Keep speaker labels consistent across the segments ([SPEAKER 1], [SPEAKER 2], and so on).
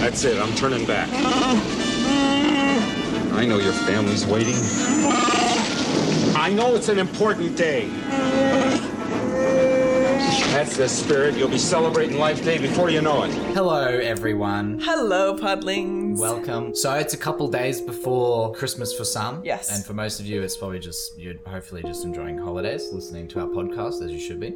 [SPEAKER 1] That's it. I'm turning back. I know your family's waiting. I know it's an important day. That's the spirit. You'll be celebrating Life Day before you know it.
[SPEAKER 2] Hello, everyone.
[SPEAKER 3] Hello, Puddlings.
[SPEAKER 2] Welcome. So it's a couple days before Christmas for some.
[SPEAKER 3] Yes.
[SPEAKER 2] And for most of you, it's probably just, you're hopefully just enjoying holidays, listening to our podcast, as you should be.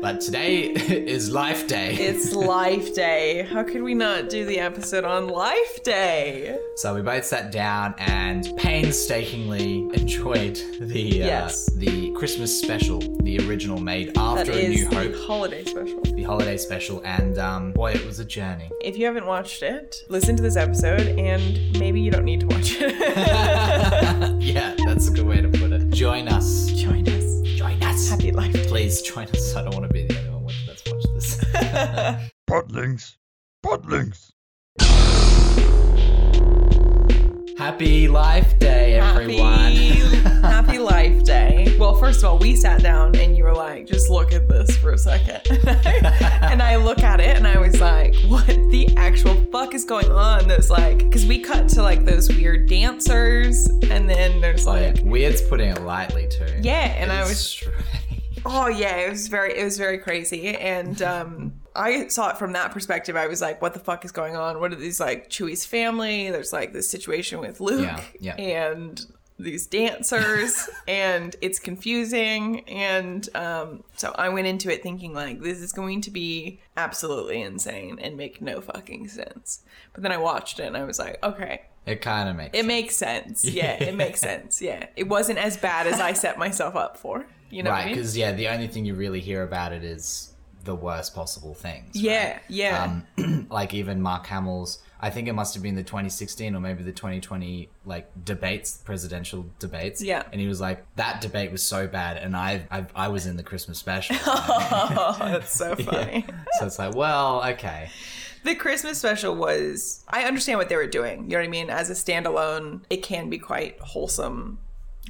[SPEAKER 2] but today is Life Day.
[SPEAKER 3] it's Life Day. How could we not do the episode on Life Day?
[SPEAKER 2] So we both sat down and painstakingly enjoyed the uh,
[SPEAKER 3] Yes.
[SPEAKER 2] the Christmas special, the original made
[SPEAKER 3] That
[SPEAKER 2] after A
[SPEAKER 3] is
[SPEAKER 2] New
[SPEAKER 3] the
[SPEAKER 2] Hope,
[SPEAKER 3] holiday special.
[SPEAKER 2] the holiday special, and um, boy, it was a journey.
[SPEAKER 3] If you haven't watched it, listen to this episode and maybe you don't need to watch it.
[SPEAKER 2] yeah, that's a good way to put it. Join us.
[SPEAKER 3] Join us.
[SPEAKER 2] Join us.
[SPEAKER 3] Happy Life Day.
[SPEAKER 2] Please join us. I don't want to be the only one watching us watch this.
[SPEAKER 4] Podlings. Podlings.
[SPEAKER 2] Happy Life Day, everyone.
[SPEAKER 3] Happy, happy Life Day. Well, first of all, we sat down and you were like, just look at this for a second. and I look at it and I was like, what the actual fuck is going on? There's like, because we cut to like those weird dancers and then there's
[SPEAKER 2] Oh, yeah.
[SPEAKER 3] like,
[SPEAKER 2] Weird's putting it lightly too.
[SPEAKER 3] yeah, and I
[SPEAKER 2] It's
[SPEAKER 3] was
[SPEAKER 2] strange.
[SPEAKER 3] Oh yeah, it was very it was very crazy, and um, I saw it from that perspective. I was like, "What the fuck is going on? What are these like Chewie's family? There's like this situation with Luke,
[SPEAKER 2] Yeah, yeah.
[SPEAKER 3] and these dancers, and it's confusing." And um, so I went into it thinking like, "This is going to be absolutely insane and make no fucking sense." But then I watched it and I was like, "Okay."
[SPEAKER 2] It kind of makes.
[SPEAKER 3] It makes sense. Yeah, it makes sense. Yeah. It wasn't as bad as I set myself up for. You know what
[SPEAKER 2] right
[SPEAKER 3] I mean?
[SPEAKER 2] because yeah the only thing you really hear about it is the worst possible things right?
[SPEAKER 3] Yeah, yeah.
[SPEAKER 2] um, like even mark hamill's i think it must have been the 2016 or maybe the 2020 like debates presidential debates
[SPEAKER 3] Yeah.
[SPEAKER 2] and he was like that debate was so bad and i i, I was in the christmas special
[SPEAKER 3] oh, that's so funny.
[SPEAKER 2] so it's like well okay
[SPEAKER 3] The Christmas special was, I understand what they were doing. You know what I mean? As a standalone, it can be quite wholesome,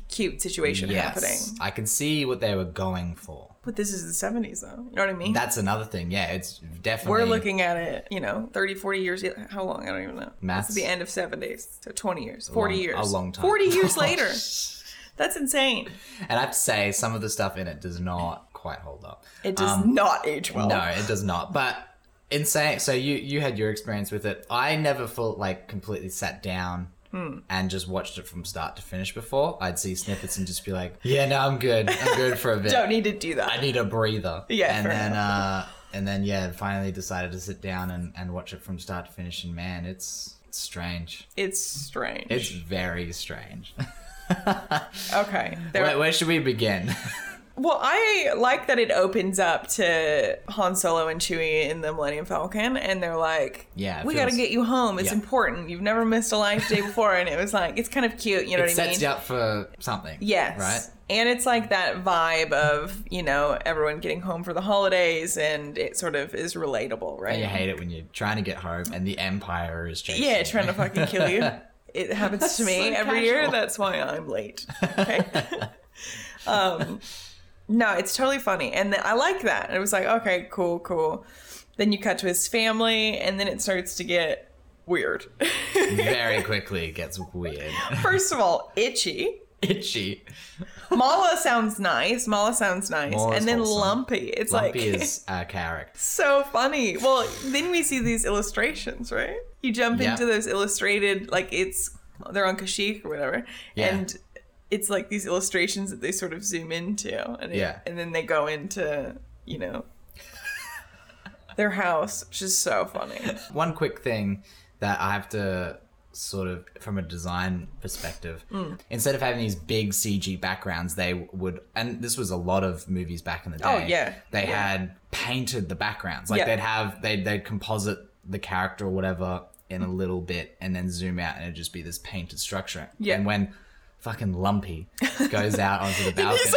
[SPEAKER 3] cute situation
[SPEAKER 2] yes
[SPEAKER 3] happening.
[SPEAKER 2] i can see what they were going for
[SPEAKER 3] But this is the 70s, though. You know what I mean?
[SPEAKER 2] that's another thing yeah it's definitely
[SPEAKER 3] we're looking at it, you know, 30, 40 years. How long? I don't even know.
[SPEAKER 2] Maths.
[SPEAKER 3] This is the end of 70s. So 20 years, 40
[SPEAKER 2] long- a
[SPEAKER 3] years.
[SPEAKER 2] long time.
[SPEAKER 3] 40 years later. That's insane.
[SPEAKER 2] and i have to say some of the stuff in it does not quite hold up
[SPEAKER 3] It does not age well.
[SPEAKER 2] Um, No, it does not. But in saying so, you you had your experience with it. I never felt like completely sat down
[SPEAKER 3] Hmm.
[SPEAKER 2] and just watched it from start to finish before. I'd see snippets and just be like, "Yeah, no, I'm good. I'm good for a bit.
[SPEAKER 3] Don't need to do that.
[SPEAKER 2] I need a breather."
[SPEAKER 3] Yeah,
[SPEAKER 2] and
[SPEAKER 3] fair
[SPEAKER 2] then uh, and then yeah, finally decided to sit down and and watch it from start to finish. And man, it's, it's strange.
[SPEAKER 3] it's strange.
[SPEAKER 2] It's very strange.
[SPEAKER 3] okay. There,
[SPEAKER 2] Where, where should we begin?
[SPEAKER 3] Well, I like that it opens up to Han Solo and Chewie in the Millennium Falcon, and they're like,
[SPEAKER 2] Yeah, it
[SPEAKER 3] we
[SPEAKER 2] feels-
[SPEAKER 3] got to get you home. It's
[SPEAKER 2] yeah.
[SPEAKER 3] important. You've never missed a life day before." and it was like, it's kind of cute. You know
[SPEAKER 2] it
[SPEAKER 3] what I mean?
[SPEAKER 2] sets you up for something.
[SPEAKER 3] Yes.
[SPEAKER 2] Right.
[SPEAKER 3] And it's like that vibe of you know everyone getting home for the holidays, and it sort of is relatable, right?
[SPEAKER 2] And you hate it when you're trying to get home and the Empire is chasing.
[SPEAKER 3] Yeah,
[SPEAKER 2] you.
[SPEAKER 3] trying to fucking kill you. It happens to me
[SPEAKER 2] so
[SPEAKER 3] every year.
[SPEAKER 2] casual.
[SPEAKER 3] That's why I'm late. Okay. um, no, it's totally funny, and th- I like that. It was like, okay, cool, cool. Then you cut to his family, and then it starts to get weird.
[SPEAKER 2] very quickly it gets weird.
[SPEAKER 3] First of all, itchy.
[SPEAKER 2] Itchy.
[SPEAKER 3] Mala sounds nice. Mala sounds nice,
[SPEAKER 2] Mala's
[SPEAKER 3] and then
[SPEAKER 2] wholesome.
[SPEAKER 3] lumpy. It's
[SPEAKER 2] Lumpy
[SPEAKER 3] like
[SPEAKER 2] is a character.
[SPEAKER 3] so funny. Well, then we see these illustrations, right? You jump
[SPEAKER 2] Yeah.
[SPEAKER 3] into those illustrated, like it's they're on Kashyyyk or whatever,
[SPEAKER 2] Yeah.
[SPEAKER 3] and it's like these illustrations that they sort of zoom into, and it-
[SPEAKER 2] Yeah.
[SPEAKER 3] and then they go into you know their house, which is so funny.
[SPEAKER 2] One quick thing that I have to sort of from a design perspective
[SPEAKER 3] Hmm.
[SPEAKER 2] instead of having these big cg backgrounds they would and this was a lot of movies back in the day
[SPEAKER 3] Oh, yeah.
[SPEAKER 2] they
[SPEAKER 3] Yeah.
[SPEAKER 2] had painted the backgrounds like
[SPEAKER 3] Yeah.
[SPEAKER 2] they'd have they'd, they'd composite the character or whatever in a little bit and then zoom out and it'd just be this painted structure
[SPEAKER 3] Yeah.
[SPEAKER 2] and when fucking lumpy goes out onto the balcony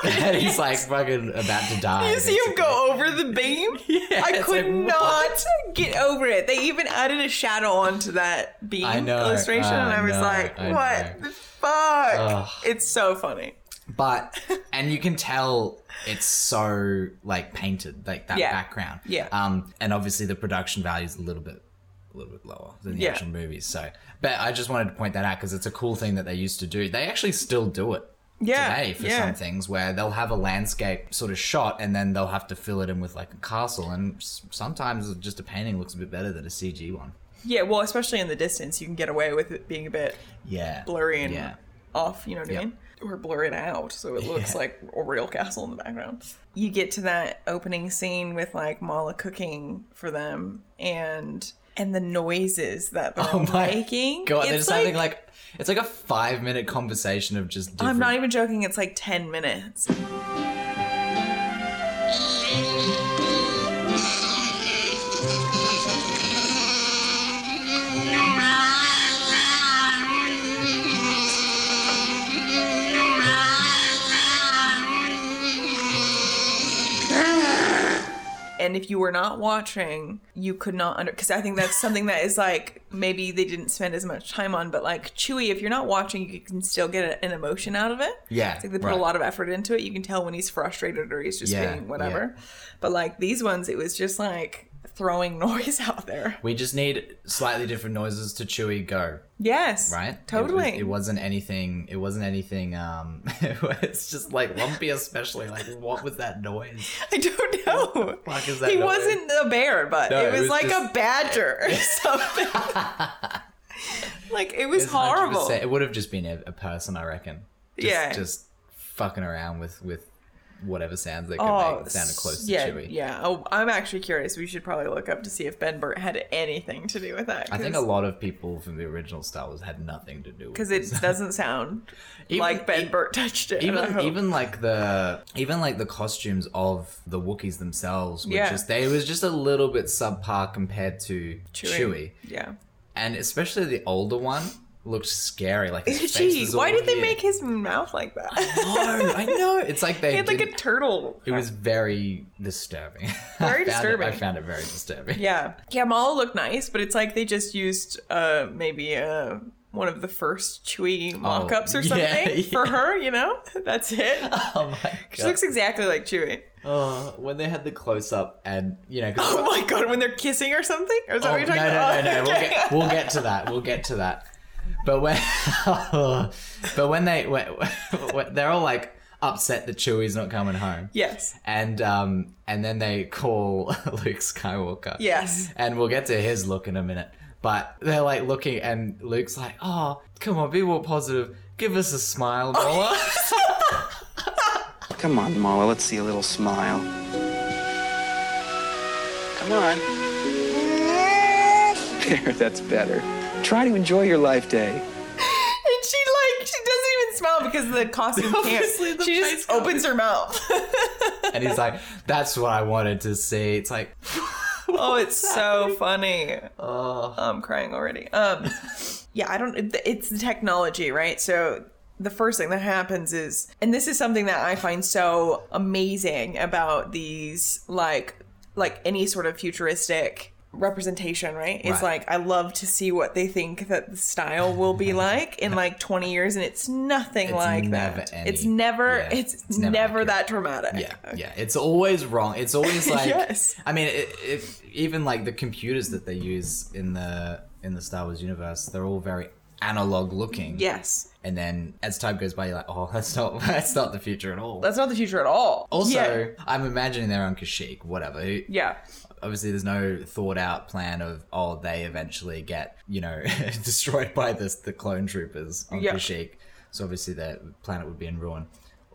[SPEAKER 2] and
[SPEAKER 3] you
[SPEAKER 2] he's like fucking about to die
[SPEAKER 3] see him
[SPEAKER 2] basically.
[SPEAKER 3] go over the beam.
[SPEAKER 2] Yeah,
[SPEAKER 3] I
[SPEAKER 2] it's
[SPEAKER 3] could
[SPEAKER 2] like,
[SPEAKER 3] not get over it. They even added a shadow onto that beam
[SPEAKER 2] I know,
[SPEAKER 3] illustration, and
[SPEAKER 2] I
[SPEAKER 3] I was
[SPEAKER 2] know,
[SPEAKER 3] like,
[SPEAKER 2] I
[SPEAKER 3] "What
[SPEAKER 2] know.
[SPEAKER 3] the fuck?"
[SPEAKER 2] Ugh.
[SPEAKER 3] It's so funny.
[SPEAKER 2] but and you can tell it's so like painted like that
[SPEAKER 3] Yeah.
[SPEAKER 2] background
[SPEAKER 3] Yeah.
[SPEAKER 2] um and obviously the production value is a little bit little bit lower than the
[SPEAKER 3] Yeah.
[SPEAKER 2] actual movies. So, but I just wanted to point that out because it's a cool thing that they used to do. They actually still do it
[SPEAKER 3] Yeah,
[SPEAKER 2] today for
[SPEAKER 3] yeah.
[SPEAKER 2] some things where they'll have a landscape sort of shot and then they'll have to fill it in with like a castle. And s- sometimes just a painting looks a bit better than a CG one.
[SPEAKER 3] Yeah, well, especially in the distance, you can get away with it being a bit
[SPEAKER 2] Yeah.
[SPEAKER 3] blurry and
[SPEAKER 2] Yeah.
[SPEAKER 3] off, you know what
[SPEAKER 2] Yeah.
[SPEAKER 3] I mean? Or blur it out so it looks
[SPEAKER 2] Yeah.
[SPEAKER 3] like a real castle in the background. You get to that opening scene with like Mala cooking for them and and the noises that they're
[SPEAKER 2] Oh my
[SPEAKER 3] making.
[SPEAKER 2] God,
[SPEAKER 3] It's
[SPEAKER 2] they're just having like it's like a five minute conversation of just. Different...
[SPEAKER 3] I'm not even joking, it's like ten minutes. And if you were not watching, you could not under because I think that's something that is like maybe they didn't spend as much time on, but like Chewy, if you're not watching, you can still get an emotion out of it.
[SPEAKER 2] Yeah,
[SPEAKER 3] It's like they put
[SPEAKER 2] right.
[SPEAKER 3] a lot of effort into it. You can tell when he's frustrated or he's just
[SPEAKER 2] Yeah,
[SPEAKER 3] being whatever. But like these ones, it was just like throwing noise out there.
[SPEAKER 2] We just need slightly different noises to Chewy go.
[SPEAKER 3] Yes.
[SPEAKER 2] right?
[SPEAKER 3] Totally.
[SPEAKER 2] It, was, it wasn't anything. It wasn't anything. Um, it's just like lumpy, especially. Like, what was that noise?
[SPEAKER 3] I don't know.
[SPEAKER 2] fuck is that
[SPEAKER 3] He
[SPEAKER 2] noise?
[SPEAKER 3] wasn't a bear, but
[SPEAKER 2] No,
[SPEAKER 3] it
[SPEAKER 2] it
[SPEAKER 3] was,
[SPEAKER 2] was
[SPEAKER 3] like
[SPEAKER 2] just-
[SPEAKER 3] a badger or something. like it was horrible.
[SPEAKER 2] 100%. It would have just been a, a person, I reckon. Just,
[SPEAKER 3] Yeah.
[SPEAKER 2] just fucking around with with whatever sounds that could make it sounded close to
[SPEAKER 3] Oh, yeah,
[SPEAKER 2] Chewy.
[SPEAKER 3] Yeah. Oh, I'm actually curious. We should probably look up to see if Ben Burt had anything to do with that.
[SPEAKER 2] I think a lot of people from the original Star Wars had nothing to do with
[SPEAKER 3] because it doesn't sound
[SPEAKER 2] Even-
[SPEAKER 3] like Ben
[SPEAKER 2] e-
[SPEAKER 3] Burt touched it. I
[SPEAKER 2] even
[SPEAKER 3] hope.
[SPEAKER 2] even like the even like the costumes of the Wookiees themselves were
[SPEAKER 3] Yeah.
[SPEAKER 2] just they was just a little bit subpar compared to Chewie.
[SPEAKER 3] Yeah.
[SPEAKER 2] and especially the older one looked scary. Like his face
[SPEAKER 3] Gee,
[SPEAKER 2] was all
[SPEAKER 3] why did they
[SPEAKER 2] weird.
[SPEAKER 3] make his mouth like that?
[SPEAKER 2] No, I know. It's like they.
[SPEAKER 3] he had like a
[SPEAKER 2] didn't-
[SPEAKER 3] turtle.
[SPEAKER 2] it was very disturbing. I
[SPEAKER 3] Very
[SPEAKER 2] found it- I
[SPEAKER 3] disturbing.
[SPEAKER 2] found it very disturbing.
[SPEAKER 3] Yeah. Yeah, Mala looked nice, but it's like they just used uh maybe uh one of the first Chewy mock ups or
[SPEAKER 2] Oh, yeah,
[SPEAKER 3] something
[SPEAKER 2] yeah.
[SPEAKER 3] for her, you know? That's it.
[SPEAKER 2] Oh my
[SPEAKER 3] She
[SPEAKER 2] god!
[SPEAKER 3] looks exactly like Chewy.
[SPEAKER 2] oh, when they had the close up and you know. 'cause-
[SPEAKER 3] Oh my god, when they're kissing or something? Or is that
[SPEAKER 2] Oh,
[SPEAKER 3] what
[SPEAKER 2] no,
[SPEAKER 3] you're
[SPEAKER 2] no,
[SPEAKER 3] talking
[SPEAKER 2] no,
[SPEAKER 3] about?
[SPEAKER 2] no. We'll
[SPEAKER 3] Okay.
[SPEAKER 2] get we'll get to that. We'll get to that. But when, but when they when, when they're all like upset that Chewie's not coming home.
[SPEAKER 3] Yes.
[SPEAKER 2] and um and then they call Luke Skywalker.
[SPEAKER 3] Yes.
[SPEAKER 2] And we'll get to his look in a minute. But they're like looking and Luke's like, "Oh, come on, be more positive. Give us a smile,
[SPEAKER 3] Oh,
[SPEAKER 2] Noah."
[SPEAKER 5] Come on, Mala, let's see a little smile. Come on. There, that's better. Try to enjoy your life day.
[SPEAKER 3] And she like she doesn't even smile because the costume
[SPEAKER 2] Obviously,
[SPEAKER 3] can't.
[SPEAKER 2] the
[SPEAKER 3] she
[SPEAKER 2] face
[SPEAKER 3] just
[SPEAKER 2] can't
[SPEAKER 3] opens her mouth.
[SPEAKER 2] and he's like, "That's what I wanted to see." It's like,
[SPEAKER 3] oh, it's so funny.
[SPEAKER 2] "Oh,
[SPEAKER 3] I'm crying already. Um, yeah, I don't. it- It's the technology, right? So the first thing that happens is, and this is something that I find so amazing about these, like, like any sort of futuristic representation, right? It's
[SPEAKER 2] Right.
[SPEAKER 3] like I love to see what they think that the style will be like in like 20 years, and it's nothing
[SPEAKER 2] It's
[SPEAKER 3] like
[SPEAKER 2] never
[SPEAKER 3] that.
[SPEAKER 2] any-
[SPEAKER 3] It's never.
[SPEAKER 2] yeah,
[SPEAKER 3] it's,
[SPEAKER 2] it's never
[SPEAKER 3] never,
[SPEAKER 2] accurate.
[SPEAKER 3] that dramatic.
[SPEAKER 2] Yeah, yeah. It's always wrong. It's always like
[SPEAKER 3] Yes.
[SPEAKER 2] I mean, it, it, even like the computers that they use in the in the Star Wars universe, they're all very analog looking.
[SPEAKER 3] Yes.
[SPEAKER 2] And then as time goes by, you're like, oh, that's not that's not the future at all.
[SPEAKER 3] That's not the future at all.
[SPEAKER 2] also,
[SPEAKER 3] Yeah.
[SPEAKER 2] I'm imagining they're on Kashyyyk, whatever. Who-
[SPEAKER 3] yeah.
[SPEAKER 2] Obviously, there's no thought out plan of oh, they eventually get you know destroyed by this the clone troopers on
[SPEAKER 3] Yeah.
[SPEAKER 2] Kashyyyk. So obviously, the planet would be in ruin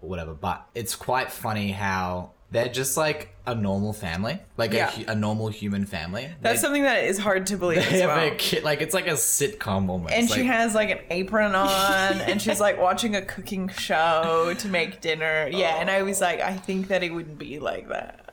[SPEAKER 2] or whatever. But it's quite funny how. They're just like a normal family, like
[SPEAKER 3] Yeah.
[SPEAKER 2] a, hu- a normal human family.
[SPEAKER 3] That's
[SPEAKER 2] they,
[SPEAKER 3] something that is hard to believe.
[SPEAKER 2] they
[SPEAKER 3] as
[SPEAKER 2] have
[SPEAKER 3] well.
[SPEAKER 2] a kid, like it's like a sitcom almost.
[SPEAKER 3] and she
[SPEAKER 2] like-
[SPEAKER 3] has like an apron on and she's like watching a cooking show to make dinner yeah and i was like i think that it wouldn't be like that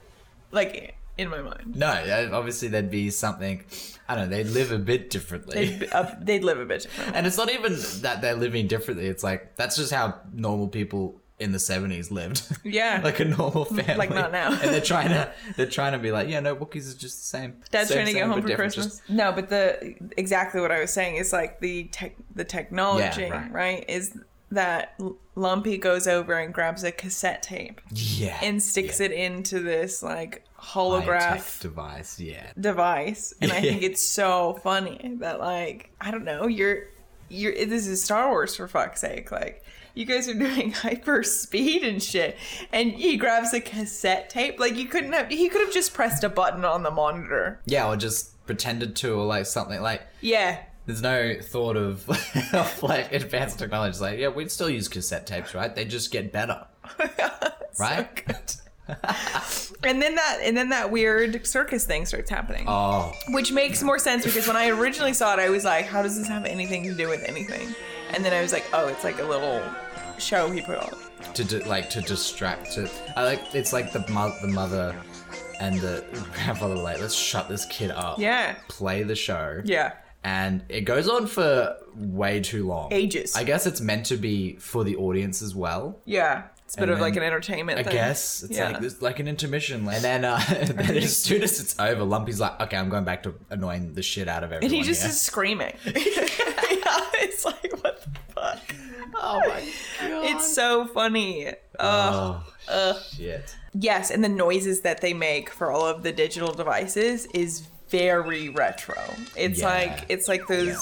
[SPEAKER 3] like in my mind
[SPEAKER 2] no. uh, Obviously, there'd be something. I don't know. They live a bit differently.
[SPEAKER 3] they'd, be- uh, they'd live a bit different.
[SPEAKER 2] And it's not even that they're living differently. It's like that's just how normal people in the seventies lived.
[SPEAKER 3] yeah
[SPEAKER 2] like a normal family.
[SPEAKER 3] Like not now.
[SPEAKER 2] and they're trying to they're trying to be like, yeah, no, Wookiees is just the same.
[SPEAKER 3] dad's
[SPEAKER 2] Same,
[SPEAKER 3] trying to get
[SPEAKER 2] same,
[SPEAKER 3] home
[SPEAKER 2] but
[SPEAKER 3] for
[SPEAKER 2] different,
[SPEAKER 3] christmas
[SPEAKER 2] just-
[SPEAKER 3] no but the exactly what i was saying is like the tech the technology
[SPEAKER 2] right.
[SPEAKER 3] right. is that L- lumpy goes over and grabs a cassette tape
[SPEAKER 2] yeah.
[SPEAKER 3] and sticks it into this like
[SPEAKER 2] high-tech
[SPEAKER 3] holograph
[SPEAKER 2] device. Yeah.
[SPEAKER 3] device and i
[SPEAKER 2] Yeah.
[SPEAKER 3] think it's so funny that like i don't know you're you're this is star wars for fuck's sake like you guys are doing hyper speed and shit and he grabs a cassette tape like you couldn't have he could have just pressed a button on the monitor
[SPEAKER 2] Yeah, or just pretended to, or like something like.
[SPEAKER 3] yeah
[SPEAKER 2] There's no thought of, of like advanced technology. It's like, yeah, we'd still use cassette tapes, right? They just get better, right?
[SPEAKER 3] and then that and then that weird circus thing starts happening
[SPEAKER 2] oh,
[SPEAKER 3] which makes more sense because when i originally saw it i was like how does this have anything to do with anything and then i was like oh it's like a little show he put on
[SPEAKER 2] to di- like to distract it. I like it's like the mo- the mother and the grandfather were like, let's shut this kid up.
[SPEAKER 3] yeah
[SPEAKER 2] Play the show.
[SPEAKER 3] yeah
[SPEAKER 2] And it goes on for way too long.
[SPEAKER 3] Ages.
[SPEAKER 2] I guess it's meant to be for the audience as well.
[SPEAKER 3] Yeah, it's a bit
[SPEAKER 2] And
[SPEAKER 3] of like an
[SPEAKER 2] then-
[SPEAKER 3] entertainment.
[SPEAKER 2] I
[SPEAKER 3] thing.
[SPEAKER 2] guess it's
[SPEAKER 3] yeah.
[SPEAKER 2] like it's like an intermission, and then uh, then as soon as it's over, Lumpy's like, "Okay, I'm going back to annoying the shit out of everyone."
[SPEAKER 3] and he just
[SPEAKER 2] here."
[SPEAKER 3] is screaming. yeah, it's like what the fuck.
[SPEAKER 2] oh my god,
[SPEAKER 3] It's so funny. Ugh.
[SPEAKER 2] oh
[SPEAKER 3] uh,
[SPEAKER 2] shit.
[SPEAKER 3] yes, and the noises that they make for all of the digital devices is very retro. It's
[SPEAKER 2] Yeah.
[SPEAKER 3] like it's like those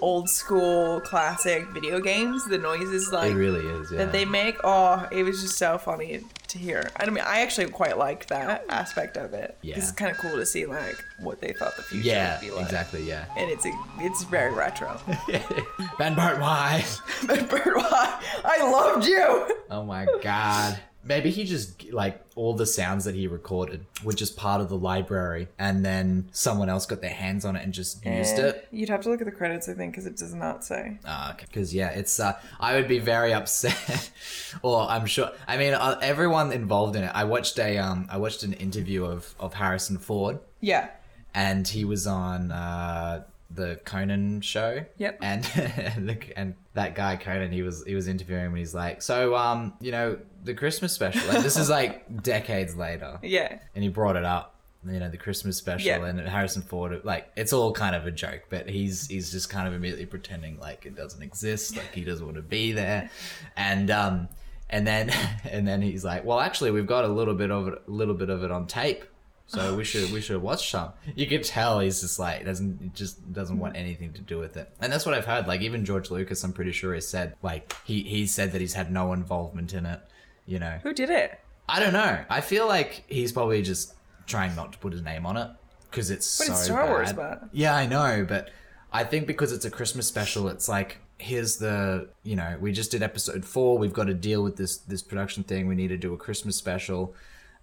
[SPEAKER 3] old school classic video games. The noises like
[SPEAKER 2] It really is. Yeah.
[SPEAKER 3] that they make. Oh, it was just so funny to hear. I mean, I actually quite liked that aspect of it. 'Cause
[SPEAKER 2] Yeah.
[SPEAKER 3] it's kind of cool to see like what they thought the future
[SPEAKER 2] yeah,
[SPEAKER 3] would be like.
[SPEAKER 2] exactly. Yeah.
[SPEAKER 3] and it's it's very retro.
[SPEAKER 2] Van Bart, why?
[SPEAKER 3] but Bird, why? I loved you.
[SPEAKER 2] Oh my god. Maybe he just like all the sounds that he recorded were just part of the library, and then someone else got their hands on it and just used it.
[SPEAKER 3] You'd have to look at the credits, I think, because it does not say.
[SPEAKER 2] Ah, okay. Because yeah, it's. Uh, I would be very upset, or I'm sure. I mean, uh, everyone involved in it. I watched a um, I watched an interview of of Harrison Ford,
[SPEAKER 3] Yeah.
[SPEAKER 2] and he was on uh the Conan show.
[SPEAKER 3] Yep.
[SPEAKER 2] And and, the, and that guy Conan, he was he was interviewing him, and he's like, so um, you know, the Christmas special. Like, this is like decades later
[SPEAKER 3] Yeah.
[SPEAKER 2] and he brought it up you know the christmas special
[SPEAKER 3] Yeah.
[SPEAKER 2] and harrison ford like it's all kind of a joke but he's he's just kind of immediately pretending like it doesn't exist like he doesn't want to be there and um and then and then he's like well actually we've got a little bit of it a little bit of it on tape so we should we should watch some you could tell he's just like doesn't he just doesn't want anything to do with it and that's what i've heard like even george lucas i'm pretty sure has said like he he said that he's had no involvement in it you know
[SPEAKER 3] Who did it?
[SPEAKER 2] I don't know. I feel like he's probably just trying not to put his name on it because it's
[SPEAKER 3] But
[SPEAKER 2] so
[SPEAKER 3] it's Star Wars,
[SPEAKER 2] bad.
[SPEAKER 3] but-
[SPEAKER 2] yeah, I know. But I think because it's a Christmas special, it's like here's the you know we just did episode four. We've got to deal with this this production thing. We need to do a Christmas special.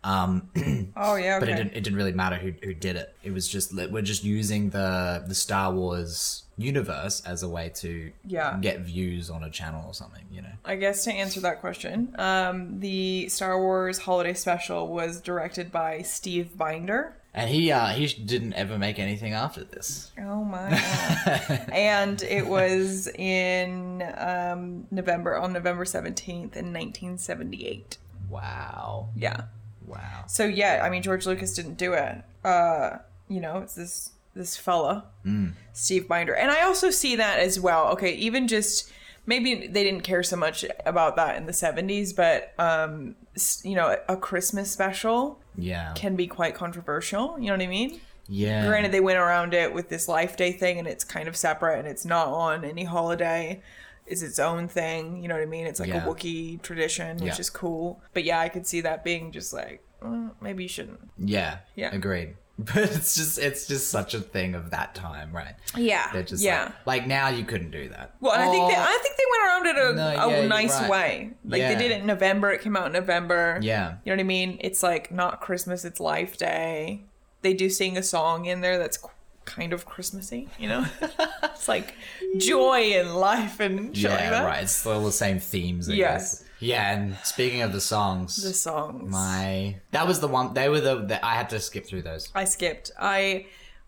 [SPEAKER 2] Um,
[SPEAKER 3] Oh yeah.
[SPEAKER 2] but
[SPEAKER 3] Okay.
[SPEAKER 2] it didn't it didn't really matter who who did it. It was just that we're just using the the Star Wars universe as a way to
[SPEAKER 3] Yeah.
[SPEAKER 2] get views on a channel or something. You know.
[SPEAKER 3] I guess to answer that question, um, the Star Wars Holiday Special was directed by Steve Binder.
[SPEAKER 2] And he uh, he didn't ever make anything after this.
[SPEAKER 3] Oh my god. and it was in um, November on November 17th in 1978.
[SPEAKER 2] Wow.
[SPEAKER 3] Yeah.
[SPEAKER 2] Wow.
[SPEAKER 3] So yeah, I mean George Lucas didn't do it. Uh, you know, it's this this fella, Steve Binder, and I also see that as well. Okay, even just maybe they didn't care so much about that in the '70s, but um, s- you know, a Christmas special
[SPEAKER 2] Yeah.
[SPEAKER 3] can be quite controversial. You know what I mean?
[SPEAKER 2] yeah.
[SPEAKER 3] Granted, they went around it with this Life Day thing, and it's kind of separate, and it's not on any holiday. It's its own thing. You know what I mean? It's like
[SPEAKER 2] Yeah.
[SPEAKER 3] a Wookiee tradition, which
[SPEAKER 2] Yeah.
[SPEAKER 3] is cool. But yeah, I could see that being just like, mm, maybe you shouldn't.
[SPEAKER 2] yeah.
[SPEAKER 3] Yeah.
[SPEAKER 2] Agreed. But it's just it's just such a thing of that time, right?
[SPEAKER 3] Yeah.
[SPEAKER 2] They're just
[SPEAKER 3] yeah.
[SPEAKER 2] like, like now you couldn't do that.
[SPEAKER 3] well, and I think they,
[SPEAKER 2] Or-
[SPEAKER 3] I think they went around it a,
[SPEAKER 2] Oh. No,
[SPEAKER 3] a
[SPEAKER 2] yeah, you're
[SPEAKER 3] nice
[SPEAKER 2] right.
[SPEAKER 3] way. Like
[SPEAKER 2] Yeah.
[SPEAKER 3] they did it in November. It came out in November.
[SPEAKER 2] Yeah.
[SPEAKER 3] You know what I mean? It's like not Christmas. It's Life Day. They do sing a song in there that's qu- kind of Christmassy. You know, it's like joy and life and shit like
[SPEAKER 2] Yeah,
[SPEAKER 3] that.
[SPEAKER 2] right. It's still the same themes. I
[SPEAKER 3] Yes.
[SPEAKER 2] guess. Yeah, and speaking of the songs,
[SPEAKER 3] The songs.
[SPEAKER 2] my that was the one. They were the, the I had to skip through those.
[SPEAKER 3] I skipped. I,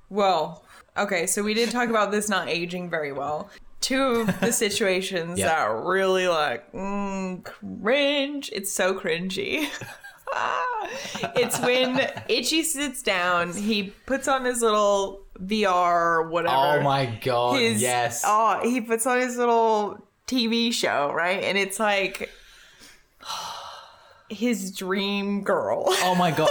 [SPEAKER 3] well, okay, so we did talk about this not aging very well. Two of the situations
[SPEAKER 2] Yeah.
[SPEAKER 3] that really like mm, cringe. It's so cringy. it's when Itchy sits down. He puts on his little VR or whatever.
[SPEAKER 2] Oh my god!
[SPEAKER 3] His,
[SPEAKER 2] yes.
[SPEAKER 3] Oh, he puts on his little TV show, right? And it's like his dream girl.
[SPEAKER 2] Oh my god!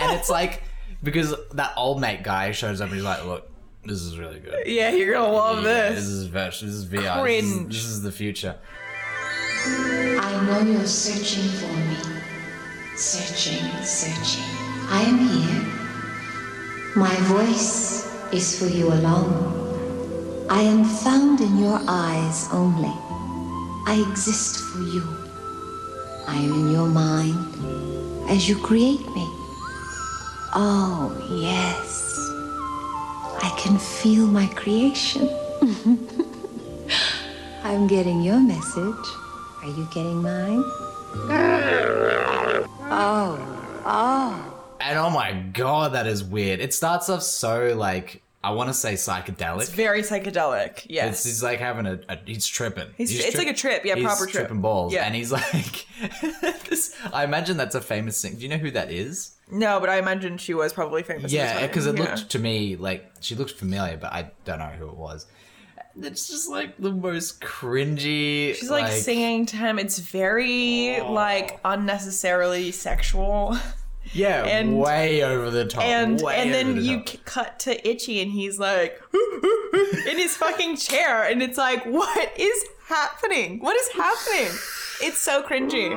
[SPEAKER 2] and it's like because that old mate guy shows up and he's like, "Look, this is really good.
[SPEAKER 3] Yeah, you're gonna love
[SPEAKER 2] Yeah,
[SPEAKER 3] this.
[SPEAKER 2] This is veg- this is VR. This is-
[SPEAKER 3] Cringe.
[SPEAKER 2] This is the future."
[SPEAKER 6] I know you're searching for me. Searching, searching. I am here. My voice is for you alone. I am found in your eyes only. I exist for you. I am in your mind as you create me. Oh, yes. I can feel my creation. I'm getting your message. Are you getting mine? Oh, oh.
[SPEAKER 2] And oh my god, that is weird. It starts off so like I want to say psychedelic.
[SPEAKER 3] It's very psychedelic.
[SPEAKER 2] It's,
[SPEAKER 3] Yes.
[SPEAKER 2] he's like having a, a he's tripping.
[SPEAKER 3] He's-
[SPEAKER 2] He's
[SPEAKER 3] it's like a trip, yeah,
[SPEAKER 2] he's
[SPEAKER 3] proper trip.
[SPEAKER 2] tripping balls,
[SPEAKER 3] Yeah.
[SPEAKER 2] and he's like, this, I imagine that's a famous thing. Do you know who that is?
[SPEAKER 3] no, but I imagine she was probably famous.
[SPEAKER 2] yeah, because
[SPEAKER 3] because
[SPEAKER 2] it looked to me like she looked familiar, but I don't know who it was. And It's just like the most cringy.
[SPEAKER 3] She's like, singing to him. It's very like unnecessarily
[SPEAKER 2] Oh,
[SPEAKER 3] sexual,
[SPEAKER 2] yeah,
[SPEAKER 3] and-
[SPEAKER 2] way over the top,
[SPEAKER 3] and
[SPEAKER 2] way
[SPEAKER 3] and
[SPEAKER 2] over
[SPEAKER 3] then
[SPEAKER 2] the
[SPEAKER 3] you
[SPEAKER 2] top.
[SPEAKER 3] c- cut to Itchy, and he's like in his fucking chair, and it's like, what is happening? What is happening? It's so cringy.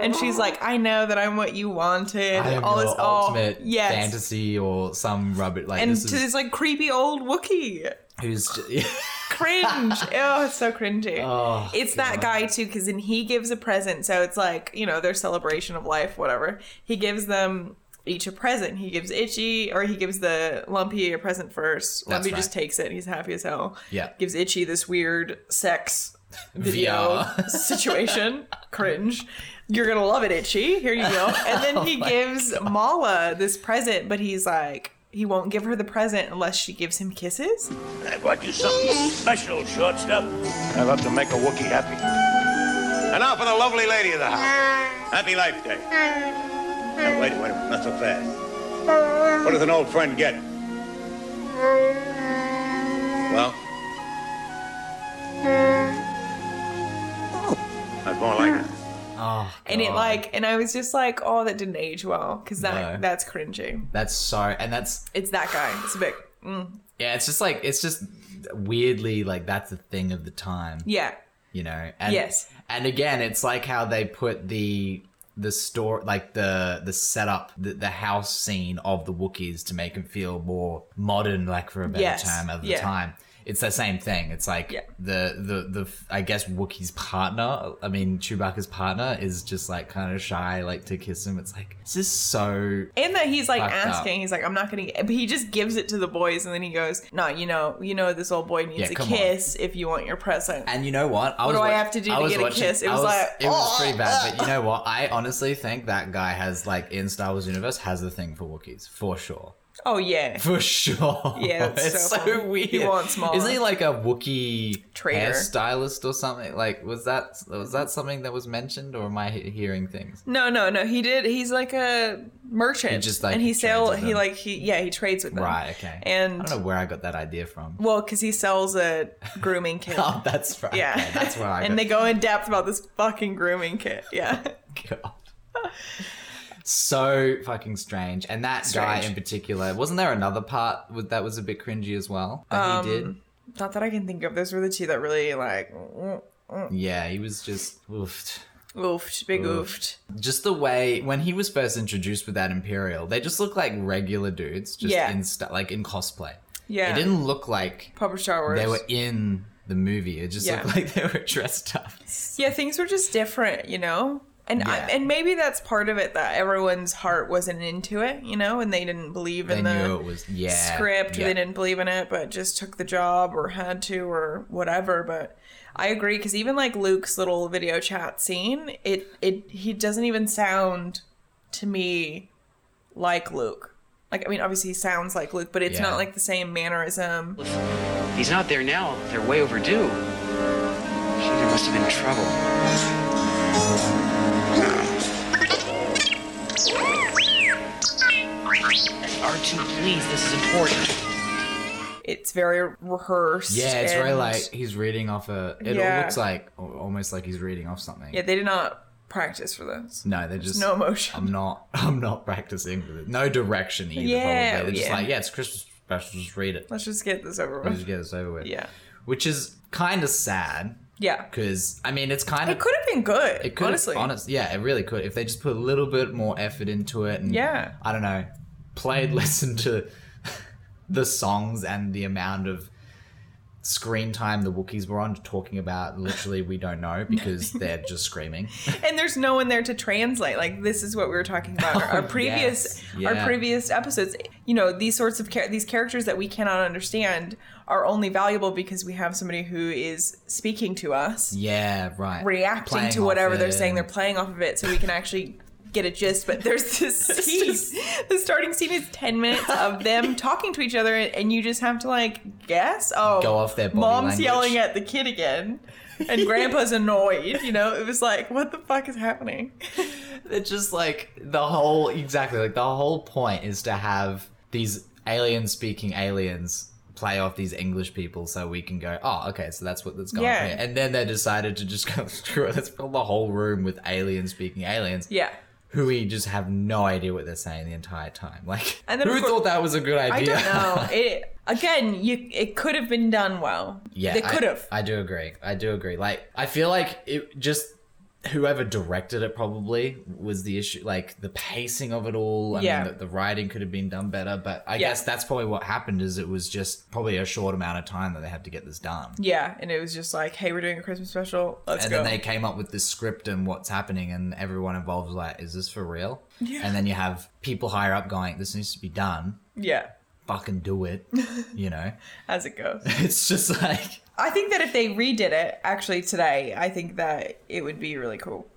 [SPEAKER 3] And she's like, I know that I'm what you wanted.
[SPEAKER 2] I am
[SPEAKER 3] all
[SPEAKER 2] your
[SPEAKER 3] this
[SPEAKER 2] ultimate
[SPEAKER 3] all yes.
[SPEAKER 2] fantasy or some rubbish like
[SPEAKER 3] And
[SPEAKER 2] this
[SPEAKER 3] to
[SPEAKER 2] is
[SPEAKER 3] this like creepy old Wookiee.
[SPEAKER 2] who's
[SPEAKER 3] cringe. oh, it's so cringy.
[SPEAKER 2] Oh,
[SPEAKER 3] it's that guy too, because then he gives a present. So it's like you know their celebration of life, whatever. He gives them each a present. He gives Itchy, or he gives the Lumpy a present first.
[SPEAKER 2] That's
[SPEAKER 3] Lumpy just
[SPEAKER 2] right.
[SPEAKER 3] takes it. He's happy as hell.
[SPEAKER 2] Yeah.
[SPEAKER 3] Gives Itchy this weird sex video
[SPEAKER 2] VR.
[SPEAKER 3] situation. Cringe. You're gonna love it, Itchy. Here you go. And
[SPEAKER 2] Oh
[SPEAKER 3] then he gives Mala this present, but he's like. He won't give her the present unless she gives him kisses.
[SPEAKER 7] I brought you something special, shortstop. I love to make a Wookiee happy. And now for the lovely lady of the house. Happy Life Day. Now, wait, wait, not so fast. What does an old friend get? Well? That's more like it.
[SPEAKER 2] oh,
[SPEAKER 3] and it
[SPEAKER 2] God.
[SPEAKER 3] like and i was just like oh that didn't age well because that
[SPEAKER 2] No.
[SPEAKER 3] that's cringy
[SPEAKER 2] that's so and that's
[SPEAKER 3] it's that guy it's a bit mm.
[SPEAKER 2] Yeah, it's just like it's just weirdly like that's a thing of the time,
[SPEAKER 3] yeah
[SPEAKER 2] you know. And,
[SPEAKER 3] Yes.
[SPEAKER 2] and again, it's like how they put the the store, like the the setup, the, the house scene of the Wookiees to make them feel more modern, like for a better
[SPEAKER 3] Yes,
[SPEAKER 2] term of the
[SPEAKER 3] yeah.
[SPEAKER 2] time. It's the same thing. It's like
[SPEAKER 3] Yeah.
[SPEAKER 2] the, the the I guess Wookiee's partner. I mean Chewbacca's partner is just like kind of shy, like to kiss him. It's like it's just so
[SPEAKER 3] and that he's like
[SPEAKER 2] Fucked up.
[SPEAKER 3] asking he's like i'm not gonna get but he just gives it to the boys and then he goes no you know you know this old boy needs
[SPEAKER 2] Yeah,
[SPEAKER 3] a
[SPEAKER 2] come on.
[SPEAKER 3] kiss if you want your present
[SPEAKER 2] And you know what? I
[SPEAKER 3] What
[SPEAKER 2] was
[SPEAKER 3] do I
[SPEAKER 2] watch-
[SPEAKER 3] have to do to
[SPEAKER 2] was
[SPEAKER 3] get a kiss? It
[SPEAKER 2] I
[SPEAKER 3] was like,
[SPEAKER 2] it was
[SPEAKER 3] "Oh,
[SPEAKER 2] pretty bad. But you know what? I honestly think that guy has like in Star Wars universe has a thing for Wookiees for sure,
[SPEAKER 3] oh yeah
[SPEAKER 2] for sure.
[SPEAKER 3] Yeah, that's
[SPEAKER 2] it's so,
[SPEAKER 3] so funny.
[SPEAKER 2] weird.
[SPEAKER 3] He wants more.
[SPEAKER 2] Isn't he like a Wookiee
[SPEAKER 3] Traitor.
[SPEAKER 2] hairstylist or something? Like, was that was that something that was mentioned, or am I he- hearing things?
[SPEAKER 3] no no no he did he's like a merchant
[SPEAKER 2] He just, like,
[SPEAKER 3] and he
[SPEAKER 2] trades
[SPEAKER 3] sell
[SPEAKER 2] with
[SPEAKER 3] he
[SPEAKER 2] them.
[SPEAKER 3] like he yeah he trades with them
[SPEAKER 2] Right. Okay.
[SPEAKER 3] and
[SPEAKER 2] I don't know where I got that idea from.
[SPEAKER 3] well because he sells a grooming kit
[SPEAKER 2] Oh, that's right.
[SPEAKER 3] yeah
[SPEAKER 2] Okay, that's where I.
[SPEAKER 3] and
[SPEAKER 2] got
[SPEAKER 3] they go in depth about this fucking grooming kit yeah
[SPEAKER 2] God. So fucking strange. And that
[SPEAKER 3] Strange.
[SPEAKER 2] guy in particular, wasn't there another part with, that was a bit cringy as well? That he
[SPEAKER 3] Um,
[SPEAKER 2] did?
[SPEAKER 3] Not that I can think of. Those were the two that really like
[SPEAKER 2] Yeah, he was just oofed.
[SPEAKER 3] oofed, big oofed.
[SPEAKER 2] Just the way when he was first introduced with that Imperial, they just looked like regular dudes, just
[SPEAKER 3] Yeah.
[SPEAKER 2] in sta like in cosplay.
[SPEAKER 3] Yeah.
[SPEAKER 2] It didn't look like
[SPEAKER 3] Proper Star Wars.
[SPEAKER 2] they were in the movie. It just
[SPEAKER 3] Yeah.
[SPEAKER 2] looked like they were dressed up.
[SPEAKER 3] yeah, things were just different, you know? And I,
[SPEAKER 2] Yeah.
[SPEAKER 3] and maybe that's part of it that everyone's heart wasn't into it, you know, and they didn't believe
[SPEAKER 2] They
[SPEAKER 3] in the
[SPEAKER 2] knew it was yeah
[SPEAKER 3] script.
[SPEAKER 2] yeah.
[SPEAKER 3] They didn't believe in it, but just took the job or had to or whatever. But I agree because even like Luke's little video chat scene, it it he doesn't even sound to me like Luke. Like I mean, obviously he sounds like Luke, but it's
[SPEAKER 2] Yeah.
[SPEAKER 3] not like the same mannerism.
[SPEAKER 8] He's not there now. They're way overdue. Gee, there must have been trouble. R2, please, this is important.
[SPEAKER 3] It's very rehearsed.
[SPEAKER 2] Yeah, it's very
[SPEAKER 3] and-
[SPEAKER 2] like he's reading off a. It
[SPEAKER 3] Yeah.
[SPEAKER 2] looks like almost like he's reading off something.
[SPEAKER 3] yeah. They did not practice for this.
[SPEAKER 2] No, they're just
[SPEAKER 3] No emotion.
[SPEAKER 2] I'm not. I'm not practicing with it. No direction either.
[SPEAKER 3] Yeah,
[SPEAKER 2] probably. They're just
[SPEAKER 3] yeah.
[SPEAKER 2] like, yeah, it's Christmas special. Just read it.
[SPEAKER 3] Let's just get this over
[SPEAKER 2] Let's just
[SPEAKER 3] with.
[SPEAKER 2] get this over with.
[SPEAKER 3] Yeah.
[SPEAKER 2] Which is kind of sad
[SPEAKER 3] Yeah.
[SPEAKER 2] because I mean, it's kind
[SPEAKER 3] It
[SPEAKER 2] of
[SPEAKER 3] could have been good.
[SPEAKER 2] It could
[SPEAKER 3] honestly.
[SPEAKER 2] honest, yeah, it really could. If they just put a little bit more effort into it, and
[SPEAKER 3] Yeah.
[SPEAKER 2] I don't know, played, listened to the songs and the amount of screen time the Wookiees were on, talking about literally we don't know because they're just screaming.
[SPEAKER 3] and there's no one there to translate. Like this is what we were talking about
[SPEAKER 2] Oh,
[SPEAKER 3] our previous
[SPEAKER 2] yes. Yeah.
[SPEAKER 3] our previous episodes. You know, these sorts of char- these characters that we cannot understand are only valuable because we have somebody who is speaking to us,
[SPEAKER 2] Yeah, right.
[SPEAKER 3] reacting
[SPEAKER 2] Playing
[SPEAKER 3] to
[SPEAKER 2] off
[SPEAKER 3] whatever
[SPEAKER 2] it
[SPEAKER 3] they're saying. They're
[SPEAKER 2] and-
[SPEAKER 3] playing off of it, so we can actually get a gist. But there's this scene. the starting scene is ten minutes of them talking to each other, and you just have to like guess. Oh,
[SPEAKER 2] Go off their body
[SPEAKER 3] mom's
[SPEAKER 2] language.
[SPEAKER 3] yelling at the kid again. And grandpa's annoyed, you know? It was like, what the fuck is happening?
[SPEAKER 2] It's just like the whole exactly like the whole point is to have these alien speaking aliens play off these English people so we can go, oh, okay, so that's what that's going
[SPEAKER 3] Yeah.
[SPEAKER 2] on here. And then they decided to just go screw it, let's fill the whole room with alien speaking aliens
[SPEAKER 3] Yeah.
[SPEAKER 2] who we just have no idea what they're saying the entire time. Like
[SPEAKER 3] And then,
[SPEAKER 2] who
[SPEAKER 3] of course-
[SPEAKER 2] thought that was a good idea?
[SPEAKER 3] I don't know. It again, you it could have been done well.
[SPEAKER 2] Yeah,
[SPEAKER 3] they
[SPEAKER 2] I-
[SPEAKER 3] could have.
[SPEAKER 2] I, do agree. I do agree. Like, I feel like it just whoever directed it probably was the issue. Like the pacing of it all. I
[SPEAKER 3] Yeah.
[SPEAKER 2] mean, the, the writing could have been done better, but I
[SPEAKER 3] Yeah.
[SPEAKER 2] guess that's probably what happened. Is it was just probably a short amount of time that they had to get this done.
[SPEAKER 3] Yeah, and it was just like, hey, we're doing a Christmas special. Let's
[SPEAKER 2] and
[SPEAKER 3] go.
[SPEAKER 2] then they came up with this script and what's happening, and everyone involved was like, "Is this for real?" Yeah. And then you have people higher up going, "This needs to be done.
[SPEAKER 3] yeah,
[SPEAKER 2] Fucking do it." you know,
[SPEAKER 3] as it goes.
[SPEAKER 2] it's just like
[SPEAKER 3] I think that if they redid it actually today, I think that it would be really cool.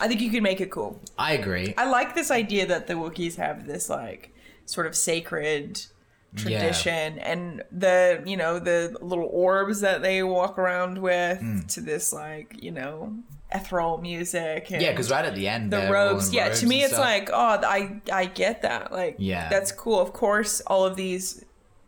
[SPEAKER 3] I think you could make it cool.
[SPEAKER 2] I agree.
[SPEAKER 3] I like this idea that the Wookiees have this like sort of sacred tradition and the you know the little orbs that they walk around with to this like you know ethereal music and
[SPEAKER 2] yeah, because right at the end,
[SPEAKER 3] the
[SPEAKER 2] they're all
[SPEAKER 3] robes.
[SPEAKER 2] in
[SPEAKER 3] Yeah,
[SPEAKER 2] robes
[SPEAKER 3] to me,
[SPEAKER 2] and
[SPEAKER 3] it's
[SPEAKER 2] stuff.
[SPEAKER 3] like, oh, th- I I get that. Like,
[SPEAKER 2] Yeah.
[SPEAKER 3] that's cool. Of course, all of these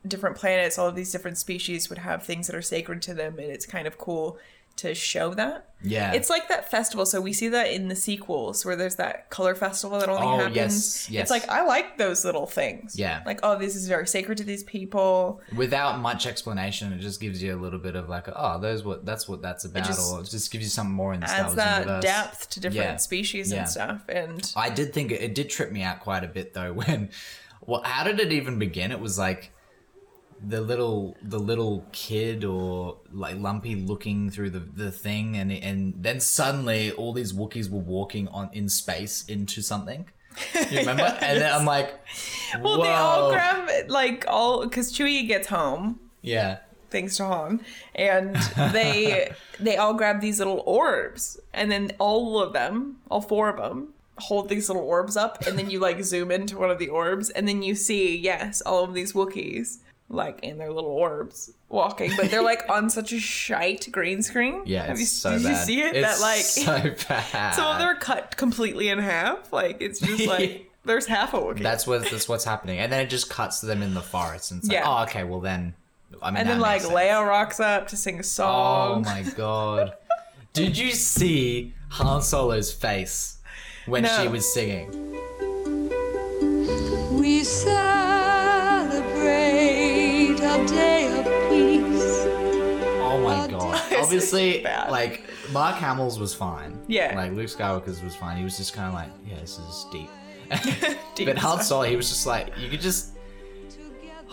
[SPEAKER 3] different planets, all of these different species would have things that are sacred to them, and it's kind of cool to show that.
[SPEAKER 2] Yeah.
[SPEAKER 3] It's like that festival. So we see that in the sequels where there's that color festival that only
[SPEAKER 2] Oh,
[SPEAKER 3] happens.
[SPEAKER 2] yes, yes.
[SPEAKER 3] It's like I like those little things.
[SPEAKER 2] Yeah.
[SPEAKER 3] Like, oh, this is very sacred to these people.
[SPEAKER 2] without much explanation, it just gives you a little bit of like, oh, those what that's what that's about,
[SPEAKER 3] just
[SPEAKER 2] or it just gives you something more in the Star
[SPEAKER 3] Adds
[SPEAKER 2] Wars
[SPEAKER 3] that
[SPEAKER 2] universe.
[SPEAKER 3] depth to different
[SPEAKER 2] Yeah.
[SPEAKER 3] species
[SPEAKER 2] Yeah.
[SPEAKER 3] and stuff. And
[SPEAKER 2] I did think it, it did trip me out quite a bit though when, well, how did it even begin? It was like the little the little kid or like lumpy looking through the the thing and and then suddenly all these Wookiees were walking on in space into something. You remember? and then I'm like,
[SPEAKER 3] well,
[SPEAKER 2] Whoa.
[SPEAKER 3] they all grab like all because Chewie gets home.
[SPEAKER 2] yeah.
[SPEAKER 3] thanks to Han, and they they all grab these little orbs, and then all of them, all four of them, hold these little orbs up, and then you like zoom into one of the orbs, and then you see yes, all of these Wookiees like in their little orbs walking, but they're like on such a shite green screen.
[SPEAKER 2] Yeah,
[SPEAKER 3] Have
[SPEAKER 2] it's
[SPEAKER 3] you,
[SPEAKER 2] so
[SPEAKER 3] did
[SPEAKER 2] bad.
[SPEAKER 3] you see it?
[SPEAKER 2] It's
[SPEAKER 3] that like
[SPEAKER 2] so bad.
[SPEAKER 3] some of them are cut completely in half. Like it's just like there's half a Wookiee.
[SPEAKER 2] That's what that's what's happening, and then it just cuts to them in the forest, and it's like,
[SPEAKER 3] Yeah.
[SPEAKER 2] oh, okay, well then, I mean,
[SPEAKER 3] and
[SPEAKER 2] that
[SPEAKER 3] then like
[SPEAKER 2] makes sense.
[SPEAKER 3] Leia rocks up to sing a
[SPEAKER 2] Oh
[SPEAKER 3] song.
[SPEAKER 2] my god! Did you see Han Solo's face when
[SPEAKER 3] No.
[SPEAKER 2] she was singing?
[SPEAKER 9] We celebrate a day of peace.
[SPEAKER 2] Oh my god!
[SPEAKER 3] is
[SPEAKER 2] Obviously,
[SPEAKER 3] bad.
[SPEAKER 2] like Mark Hamill's was fine.
[SPEAKER 3] Yeah.
[SPEAKER 2] Like Luke Skywalker's was fine. He was just kind of like, yeah, this is deep.
[SPEAKER 3] Deep
[SPEAKER 2] but Han
[SPEAKER 3] stuff.
[SPEAKER 2] Solo, he was just like, you could just.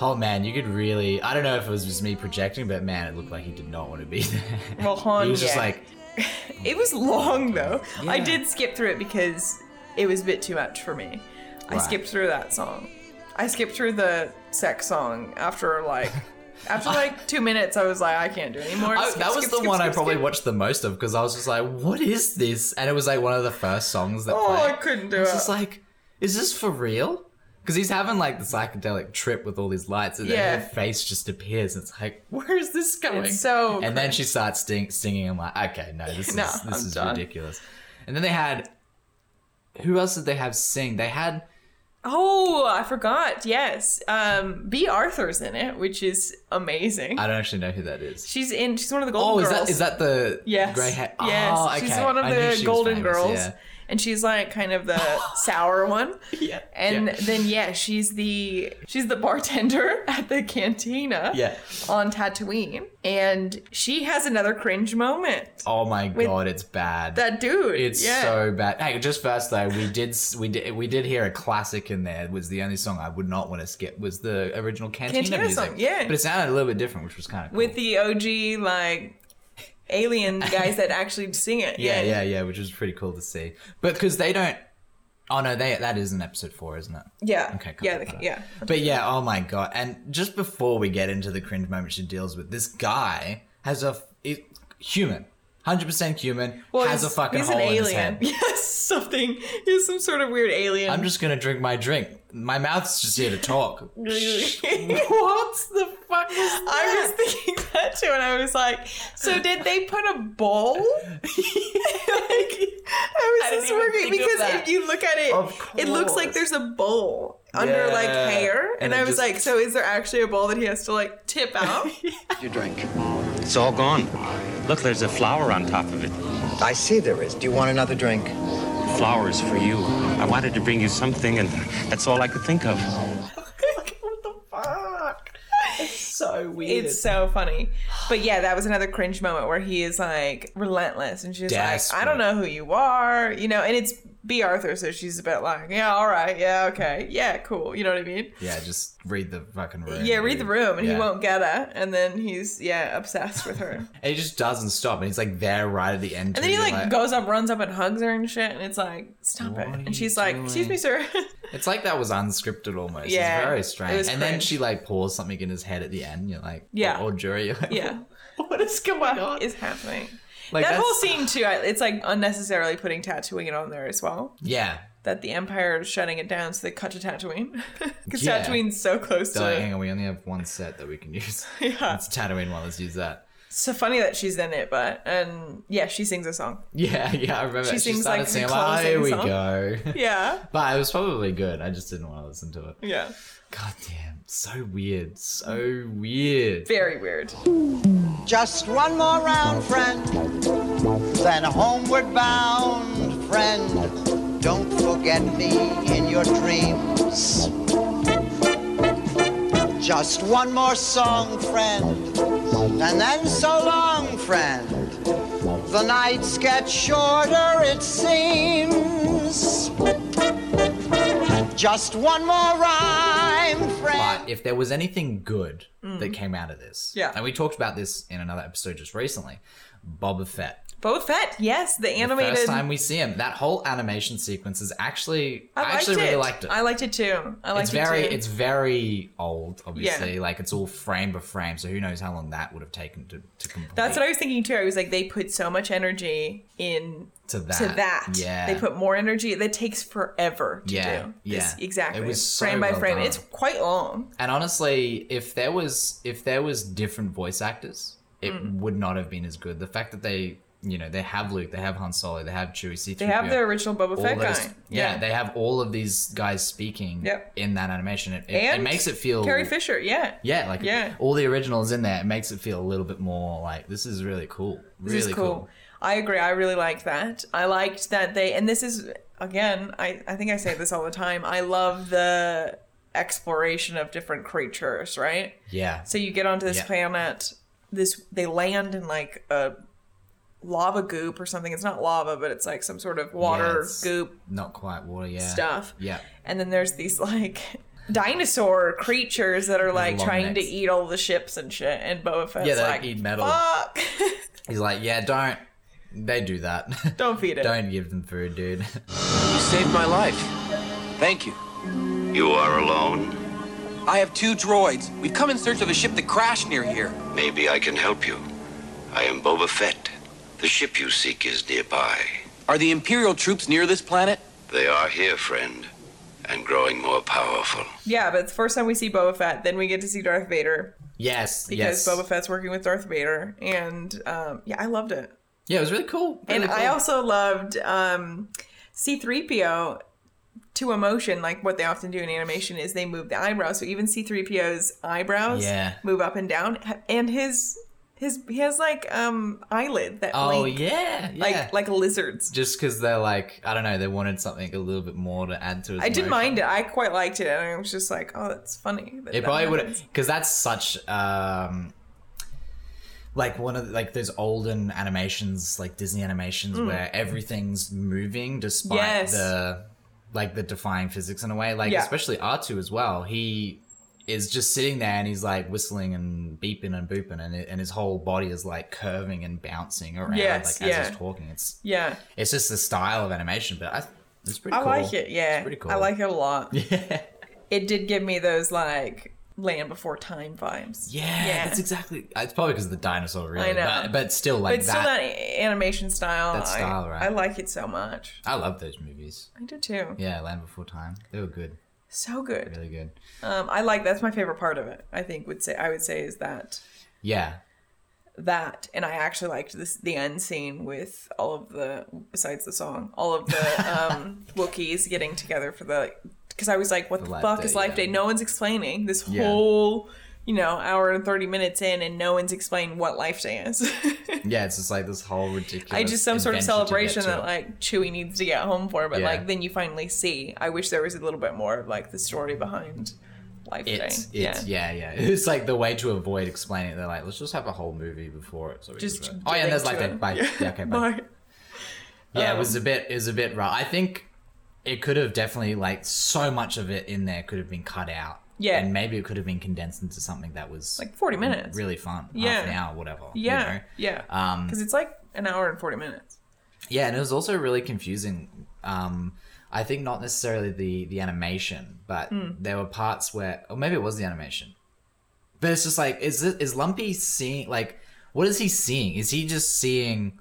[SPEAKER 2] Oh man, you could really. I don't know if it was just me projecting, but man, it looked like he did not want to be there.
[SPEAKER 3] Well, Han,
[SPEAKER 2] he was just
[SPEAKER 3] yeah.
[SPEAKER 2] like,
[SPEAKER 3] It was long though. I
[SPEAKER 2] Yeah.
[SPEAKER 3] did skip through it because it was a bit too much for me. I
[SPEAKER 2] Right.
[SPEAKER 3] skipped through that song. I skipped through the sex song after like after like two minutes. I was like, I can't do it anymore.
[SPEAKER 2] I,
[SPEAKER 3] Skip,
[SPEAKER 2] that was
[SPEAKER 3] skip,
[SPEAKER 2] the
[SPEAKER 3] skip,
[SPEAKER 2] one I
[SPEAKER 3] skip,
[SPEAKER 2] probably
[SPEAKER 3] skip.
[SPEAKER 2] watched the most of because I was just like, "What is this?" And it was like one of the first songs that.
[SPEAKER 3] Oh,
[SPEAKER 2] played.
[SPEAKER 3] I couldn't do
[SPEAKER 2] I was
[SPEAKER 3] it.
[SPEAKER 2] just like, "Is this for real?" Because he's having like the psychedelic trip with all these lights, and
[SPEAKER 3] Yeah.
[SPEAKER 2] then her face just appears. It's like, where is this going?
[SPEAKER 3] so
[SPEAKER 2] And then she starts sting- singing. I'm like, okay, no, this is
[SPEAKER 3] No,
[SPEAKER 2] this
[SPEAKER 3] I'm
[SPEAKER 2] is
[SPEAKER 3] done.
[SPEAKER 2] ridiculous. And then they had, who else did they have sing? They had
[SPEAKER 3] Oh, I forgot. Yes. Um, B. Arthur's in it, which is amazing.
[SPEAKER 2] I don't actually know who that is.
[SPEAKER 3] She's in. She's one of the
[SPEAKER 2] Oh,
[SPEAKER 3] Golden
[SPEAKER 2] is
[SPEAKER 3] Girls.
[SPEAKER 2] that is that the
[SPEAKER 3] Yes.
[SPEAKER 2] gray hat?
[SPEAKER 3] Yes.
[SPEAKER 2] Oh, okay.
[SPEAKER 3] She's one of
[SPEAKER 2] I knew she
[SPEAKER 3] the
[SPEAKER 2] was
[SPEAKER 3] Golden
[SPEAKER 2] famous,
[SPEAKER 3] Girls.
[SPEAKER 2] yeah.
[SPEAKER 3] And she's like kind of the sour one. Yeah. And
[SPEAKER 2] Yeah.
[SPEAKER 3] then yeah, she's the she's the bartender at the cantina
[SPEAKER 2] Yeah.
[SPEAKER 3] on Tatooine. And she has another cringe moment.
[SPEAKER 2] Oh my
[SPEAKER 3] With-
[SPEAKER 2] god, it's bad.
[SPEAKER 3] That dude.
[SPEAKER 2] It's
[SPEAKER 3] yeah.
[SPEAKER 2] so bad. Hey, just first though, we did s- we did we did hear a classic in there. It was the only song I would not want to skip was the original Cantina,
[SPEAKER 3] Cantina
[SPEAKER 2] music.
[SPEAKER 3] song, yeah.
[SPEAKER 2] but it sounded a little bit different, which was kind of cool.
[SPEAKER 3] with the OG like alien guys that actually sing it.
[SPEAKER 2] yeah, yeah, yeah, which was pretty cool to see. But because they don't. Oh no, they that is an episode four, isn't it?
[SPEAKER 3] Yeah.
[SPEAKER 2] Okay, cool.
[SPEAKER 3] Yeah. the- yeah.
[SPEAKER 2] But yeah, oh my god! And just before we get into the cringe moment she deals with, this guy has a f- is human, hundred percent human, has a
[SPEAKER 3] he's-
[SPEAKER 2] fucking
[SPEAKER 3] he's
[SPEAKER 2] hole
[SPEAKER 3] an
[SPEAKER 2] in
[SPEAKER 3] alien.
[SPEAKER 2] his head.
[SPEAKER 3] Yes, something. He's some sort of weird alien.
[SPEAKER 2] I'm just gonna drink my drink. My mouth's just here to talk.
[SPEAKER 3] what the fuck is I was thinking that too, and I was like, so did they put a bowl? like, I was
[SPEAKER 2] didn't
[SPEAKER 3] just
[SPEAKER 2] even
[SPEAKER 3] working
[SPEAKER 2] think of
[SPEAKER 3] because
[SPEAKER 2] that.
[SPEAKER 3] if you look at it,
[SPEAKER 2] Of
[SPEAKER 3] it looks like
[SPEAKER 2] course.
[SPEAKER 3] there's a bowl under like
[SPEAKER 2] Yeah.
[SPEAKER 3] hair,
[SPEAKER 2] And
[SPEAKER 3] and, I
[SPEAKER 2] it
[SPEAKER 3] was
[SPEAKER 2] just-
[SPEAKER 3] like, so is there actually a bowl that he has to like tip out?
[SPEAKER 8] Your drink.
[SPEAKER 10] It's all gone. Look, there's a flower on top of it.
[SPEAKER 11] I see there is. Do you want another drink?
[SPEAKER 10] Flowers for you. I wanted to bring you something, and that's all I could think of.
[SPEAKER 2] so weird.
[SPEAKER 3] It's so funny. But yeah, that was another cringe moment where he is like relentless and she's
[SPEAKER 2] Desperate.
[SPEAKER 3] like, I don't know who you are, you know, and it's B. Arthur, so she's a bit like, yeah, all right, yeah, okay, yeah, cool, you know what I mean?
[SPEAKER 2] Yeah, just read the fucking room.
[SPEAKER 3] Yeah, read the
[SPEAKER 2] dude.
[SPEAKER 3] room and
[SPEAKER 2] Yeah.
[SPEAKER 3] he won't get her, and then he's, yeah, obsessed with her.
[SPEAKER 2] And he just doesn't stop, and he's like there right at the end.
[SPEAKER 3] And then he like, goes up, runs up, and hugs her and shit, and it's like, stop it.
[SPEAKER 2] are you
[SPEAKER 3] And she's like, excuse
[SPEAKER 2] doing?
[SPEAKER 3] me, sir.
[SPEAKER 2] It's like that was unscripted almost.
[SPEAKER 3] Yeah,
[SPEAKER 2] it's
[SPEAKER 3] it
[SPEAKER 2] very strange.
[SPEAKER 3] was
[SPEAKER 2] and then
[SPEAKER 3] cringe.
[SPEAKER 2] she like pours something in his head at the end. You're like,
[SPEAKER 3] Yeah.
[SPEAKER 2] or, or jury. You're like,
[SPEAKER 3] yeah. What is going on? Is happening.
[SPEAKER 2] Like,
[SPEAKER 3] that
[SPEAKER 2] that's-
[SPEAKER 3] whole scene too, I- it's like unnecessarily putting tattooing on there as well.
[SPEAKER 2] yeah.
[SPEAKER 3] that the Empire is shutting it down, so they cut to Tatooine. Because
[SPEAKER 2] Yeah.
[SPEAKER 3] Tatooine's so close
[SPEAKER 2] So
[SPEAKER 3] to
[SPEAKER 2] like,
[SPEAKER 3] it.
[SPEAKER 2] hang on, we only have one set that we can use.
[SPEAKER 3] Yeah.
[SPEAKER 2] it's Tatooine one. Let's use that.
[SPEAKER 3] It's so funny that she's in it, but and yeah, she sings a song.
[SPEAKER 2] Yeah, yeah. I remember
[SPEAKER 3] She
[SPEAKER 2] she,
[SPEAKER 3] sings,
[SPEAKER 2] started
[SPEAKER 3] like, the
[SPEAKER 2] singing. I'm like, oh,
[SPEAKER 3] closing
[SPEAKER 2] here we
[SPEAKER 3] song."
[SPEAKER 2] go.
[SPEAKER 3] Yeah,
[SPEAKER 2] but it was probably good. I just didn't want to listen to it.
[SPEAKER 3] yeah,
[SPEAKER 2] God damn, so weird, so weird.
[SPEAKER 3] very weird.
[SPEAKER 12] Just one more round, friend. Then homeward bound, friend. Don't forget me in your dreams. Just one more song, friend. And then so long, friend. The nights get shorter, it seems. Just one more rhyme, friend.
[SPEAKER 2] But if there was anything good that came out of this,
[SPEAKER 3] Mm. Yeah.
[SPEAKER 2] and we talked about this in another episode just recently, Boba Fett.
[SPEAKER 3] Boba Fett, yes, the
[SPEAKER 2] The
[SPEAKER 3] animated.
[SPEAKER 2] first time we see him, that whole animation sequence is actually I,
[SPEAKER 3] liked
[SPEAKER 2] actually
[SPEAKER 3] it.
[SPEAKER 2] really liked it.
[SPEAKER 3] I liked it too. I liked
[SPEAKER 2] it's
[SPEAKER 3] it
[SPEAKER 2] very
[SPEAKER 3] too.
[SPEAKER 2] it's very old, obviously. Like it's all frame by frame, so who knows how long that would have taken to, to complete.
[SPEAKER 3] That's what I was thinking too. I was like, they put so much energy in
[SPEAKER 2] to that.
[SPEAKER 3] to that.
[SPEAKER 2] Yeah.
[SPEAKER 3] They put more energy. That takes forever to
[SPEAKER 2] Yeah,
[SPEAKER 3] do.
[SPEAKER 2] yeah.
[SPEAKER 3] This- exactly.
[SPEAKER 2] It was so
[SPEAKER 3] frame by
[SPEAKER 2] well
[SPEAKER 3] frame.
[SPEAKER 2] done.
[SPEAKER 3] It's quite long.
[SPEAKER 2] And honestly, if there was if there was different voice actors, it
[SPEAKER 3] Mm.
[SPEAKER 2] would not have been as good. The fact that they you know they have Luke, they have Han Solo, they have Chewie, C3PO,
[SPEAKER 3] They have the original Boba
[SPEAKER 2] all
[SPEAKER 3] Fett
[SPEAKER 2] those-
[SPEAKER 3] guy.
[SPEAKER 2] Yeah, they have all of these guys speaking
[SPEAKER 3] Yep.
[SPEAKER 2] in that animation. It, it, it
[SPEAKER 3] And
[SPEAKER 2] makes it feel
[SPEAKER 3] Carrie Fisher, yeah.
[SPEAKER 2] Yeah, like
[SPEAKER 3] Yeah.
[SPEAKER 2] all the originals in there. It makes it feel a little bit more like this is really cool.
[SPEAKER 3] This
[SPEAKER 2] Really
[SPEAKER 3] is cool. I agree. I really liked that. I liked that they, and this is, again, I, I think I say this all the time. I love the exploration of different creatures, right?
[SPEAKER 2] Yeah.
[SPEAKER 3] So you get onto this
[SPEAKER 2] Yeah.
[SPEAKER 3] planet, this, they land in like a lava goop or something. It's not lava, but it's like some sort of
[SPEAKER 2] Yeah,
[SPEAKER 3] water
[SPEAKER 2] it's
[SPEAKER 3] goop
[SPEAKER 2] Not quite water, yeah.
[SPEAKER 3] stuff.
[SPEAKER 2] Yeah.
[SPEAKER 3] And then there's these like dinosaur creatures that are like
[SPEAKER 2] long
[SPEAKER 3] trying to
[SPEAKER 2] necks.
[SPEAKER 3] eat all the ships and shit. And Boba Fett's
[SPEAKER 2] Yeah, they
[SPEAKER 3] like,
[SPEAKER 2] eat metal.
[SPEAKER 3] Fuck.
[SPEAKER 2] He's like, yeah, don't. They do that.
[SPEAKER 3] Don't feed it.
[SPEAKER 2] don't give them food, dude.
[SPEAKER 13] You saved my life. Thank you.
[SPEAKER 14] You are alone.
[SPEAKER 13] I have two droids. We've come in search of a ship that crashed near here.
[SPEAKER 14] Maybe I can help you. I am Boba Fett. The ship you seek is nearby.
[SPEAKER 13] Are the Imperial troops near this planet?
[SPEAKER 14] They are here, friend, and growing more powerful.
[SPEAKER 3] Yeah, but it's the first time we see Boba Fett, then we get to see Darth Vader
[SPEAKER 2] Yes, yes.
[SPEAKER 3] because Boba Fett's working with Darth Vader, and um, yeah, I loved it.
[SPEAKER 2] Yeah, it was really cool.
[SPEAKER 3] and
[SPEAKER 2] Really
[SPEAKER 3] I
[SPEAKER 2] cool.
[SPEAKER 3] also loved um, C three PO to emotion, like what they often do in animation is they move the eyebrows. So even C3PO's eyebrows
[SPEAKER 2] Yeah.
[SPEAKER 3] move up and down and his his he has like um eyelid that
[SPEAKER 2] Oh,
[SPEAKER 3] blink.
[SPEAKER 2] yeah, yeah.
[SPEAKER 3] Like like lizards.
[SPEAKER 2] Just because they're like, I don't know, they wanted something a little bit more to add to it.
[SPEAKER 3] I didn't mind it. I quite liked it. And I was just like, oh, that's funny. that
[SPEAKER 2] It
[SPEAKER 3] that
[SPEAKER 2] probably would
[SPEAKER 3] happens.
[SPEAKER 2] because that's such um like one of the, like those olden animations, like Disney animations,
[SPEAKER 3] Mm.
[SPEAKER 2] where everything's moving despite
[SPEAKER 3] Yes.
[SPEAKER 2] the like the defying physics in a way. Like
[SPEAKER 3] Yeah.
[SPEAKER 2] especially R two as well. He is just sitting there and he's like whistling and beeping and booping and it, and his whole body is like curving and bouncing around
[SPEAKER 3] Yes,
[SPEAKER 2] like as
[SPEAKER 3] yeah.
[SPEAKER 2] he's talking. It's
[SPEAKER 3] Yeah.
[SPEAKER 2] it's just the style of animation, but I, it's pretty.
[SPEAKER 3] I
[SPEAKER 2] cool.
[SPEAKER 3] like it. Yeah,
[SPEAKER 2] pretty cool.
[SPEAKER 3] I like it a lot. Yeah, it did give me those like Land Before Time vibes.
[SPEAKER 2] Yeah, that's exactly. uh, It's probably because of the dinosaur, really.
[SPEAKER 3] I know.
[SPEAKER 2] But, but still,
[SPEAKER 3] But
[SPEAKER 2] like
[SPEAKER 3] it's
[SPEAKER 2] that.
[SPEAKER 3] still that animation style.
[SPEAKER 2] That style,
[SPEAKER 3] I,
[SPEAKER 2] right.
[SPEAKER 3] I like it so much.
[SPEAKER 2] I love those movies.
[SPEAKER 3] I do too.
[SPEAKER 2] Yeah, Land Before Time. They were good.
[SPEAKER 3] So good.
[SPEAKER 2] Really good.
[SPEAKER 3] Um, I like that's my favorite part of it. I think would say I would say is that
[SPEAKER 2] Yeah.
[SPEAKER 3] that and I actually liked this the end scene with all of the besides the song all of the um Wookiees getting together for the because I was like what
[SPEAKER 2] The
[SPEAKER 3] the,
[SPEAKER 2] Life
[SPEAKER 3] fuck
[SPEAKER 2] Day,
[SPEAKER 3] is life
[SPEAKER 2] yeah.
[SPEAKER 3] day no one's explaining this
[SPEAKER 2] Yeah.
[SPEAKER 3] whole you know hour and 30 minutes in and no one's explained what life day is
[SPEAKER 2] Yeah, it's just like this whole ridiculous.
[SPEAKER 3] I just some sort of
[SPEAKER 2] adventure to get
[SPEAKER 3] celebration
[SPEAKER 2] to
[SPEAKER 3] that
[SPEAKER 2] it.
[SPEAKER 3] like Chewie needs to get home for but
[SPEAKER 2] Yeah.
[SPEAKER 3] like then you finally see I wish there was a little bit more of like the story behind life day
[SPEAKER 2] It's, it's yeah. yeah, It's like the way to avoid explaining it. They're like, let's just have a whole movie before it. So we
[SPEAKER 3] Just
[SPEAKER 2] can- oh yeah, and there's like
[SPEAKER 3] getting to
[SPEAKER 2] that. Bye.
[SPEAKER 3] it.
[SPEAKER 2] Yeah, okay, bye.
[SPEAKER 3] Bye.
[SPEAKER 2] Yeah, it
[SPEAKER 3] Um,
[SPEAKER 2] was a bit. It was a bit rough. I think it could have definitely like so much of it in there could have been cut out.
[SPEAKER 3] Yeah.
[SPEAKER 2] and maybe it could have been condensed into something that was
[SPEAKER 3] Like 40 minutes.
[SPEAKER 2] Really fun.
[SPEAKER 3] Yeah.
[SPEAKER 2] half an hour, whatever. you
[SPEAKER 3] yeah
[SPEAKER 2] know?
[SPEAKER 3] yeah
[SPEAKER 2] Um,
[SPEAKER 3] because it's like an hour and 40 minutes
[SPEAKER 2] Yeah, and it was also really confusing. Um, I think not necessarily the the animation, but
[SPEAKER 3] Mm.
[SPEAKER 2] there were parts where, or maybe it was the animation. But it's just like, is this, is Lumpy seeing like what is he seeing? Is he just seeing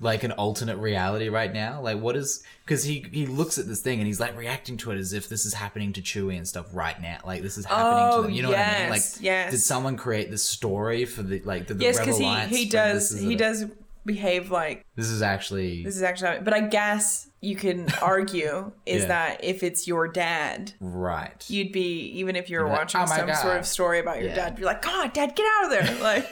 [SPEAKER 2] like an alternate reality right now? Like what is because he he looks at this thing and he's like reacting to it as if this is happening to Chewie and stuff right now. Like this is happening
[SPEAKER 3] Oh,
[SPEAKER 2] to them. You know what I mean? Like
[SPEAKER 3] yes, yes.
[SPEAKER 2] did someone create this story for the like the, the
[SPEAKER 3] yes
[SPEAKER 2] Rebel
[SPEAKER 3] because he,
[SPEAKER 2] Alliance?
[SPEAKER 3] he
[SPEAKER 2] but
[SPEAKER 3] does
[SPEAKER 2] this
[SPEAKER 3] he
[SPEAKER 2] isn't-
[SPEAKER 3] does behave like
[SPEAKER 2] This is actually
[SPEAKER 3] this is actually but i guess you can argue is
[SPEAKER 2] Yeah.
[SPEAKER 3] that if it's your dad
[SPEAKER 2] right.
[SPEAKER 3] you'd be even if you're
[SPEAKER 2] You'd be like,
[SPEAKER 3] watching
[SPEAKER 2] "Oh my
[SPEAKER 3] some sort
[SPEAKER 2] God."
[SPEAKER 3] of story about your
[SPEAKER 2] Yeah.
[SPEAKER 3] dad you're like come on dad get out of there like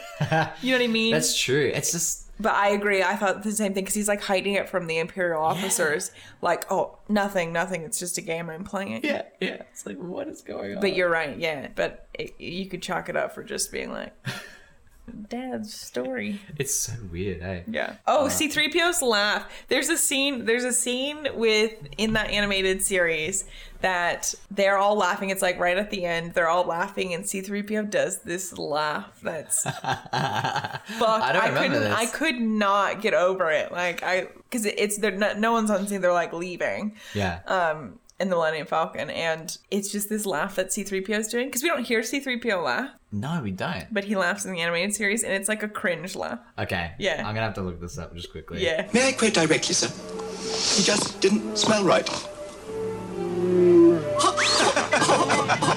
[SPEAKER 3] you know what i mean
[SPEAKER 2] That's true. It's just
[SPEAKER 3] but I agree. I thought the same thing because he's like hiding it from the imperial officers. Like, oh, nothing, nothing. It's just a game I'm playing.
[SPEAKER 2] Yeah, yeah. It's like, what is going
[SPEAKER 3] But you're right, yeah. But it, you could chalk it up for just being like, Dad's story.
[SPEAKER 2] it's so weird, eh?
[SPEAKER 3] Yeah. Oh,
[SPEAKER 2] Uh,
[SPEAKER 3] C3PO's laugh. There's a scene, there's a scene with in that animated series that they're all laughing. It's like right at the end, they're all laughing and C3PO does this laugh that's fuck. I
[SPEAKER 2] don't remember
[SPEAKER 3] couldn't
[SPEAKER 2] this.
[SPEAKER 3] I could not get over it. Like I cuz it's they're not, no one's on scene, they're like leaving
[SPEAKER 2] Yeah.
[SPEAKER 3] um, in the Millennium Falcon, and it's just this laugh that C3PO is doing because we don't hear C3PO laugh,
[SPEAKER 2] No, we don't.
[SPEAKER 3] but he laughs in the animated series, and it's like a cringe laugh.
[SPEAKER 2] Okay.
[SPEAKER 3] Yeah.
[SPEAKER 2] I'm gonna have to look this up just quickly.
[SPEAKER 3] Yeah.
[SPEAKER 15] May I quote directly, sir? He just didn't smell right.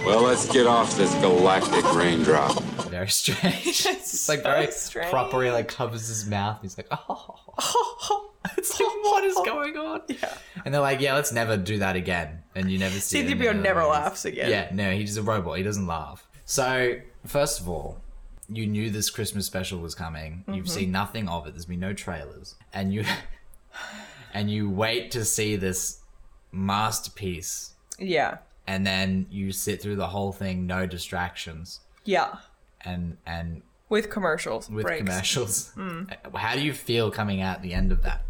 [SPEAKER 16] Well, let's get off this galactic raindrop.
[SPEAKER 2] Very strange. It's like very
[SPEAKER 3] strange.
[SPEAKER 2] properly like covers his mouth. He's like, oh.
[SPEAKER 3] it's like what is going on? Yeah,
[SPEAKER 2] And they're like, yeah, let's never do that again. And you never see. it in
[SPEAKER 3] C3PO
[SPEAKER 2] another
[SPEAKER 3] never
[SPEAKER 2] movie.
[SPEAKER 3] laughs again.
[SPEAKER 2] Yeah. No, he's a robot. He doesn't laugh. So first of all. You knew this Christmas special was coming. You've
[SPEAKER 3] Mhm.
[SPEAKER 2] seen nothing of it. There's been no trailers, and you and you wait to see this masterpiece
[SPEAKER 3] yeah,
[SPEAKER 2] and then you sit through the whole thing, no distractions,
[SPEAKER 3] yeah.
[SPEAKER 2] and and
[SPEAKER 3] With commercials,
[SPEAKER 2] with
[SPEAKER 3] breaks.
[SPEAKER 2] commercials. Uh,
[SPEAKER 3] Mm.
[SPEAKER 2] How do you feel coming out the end of that?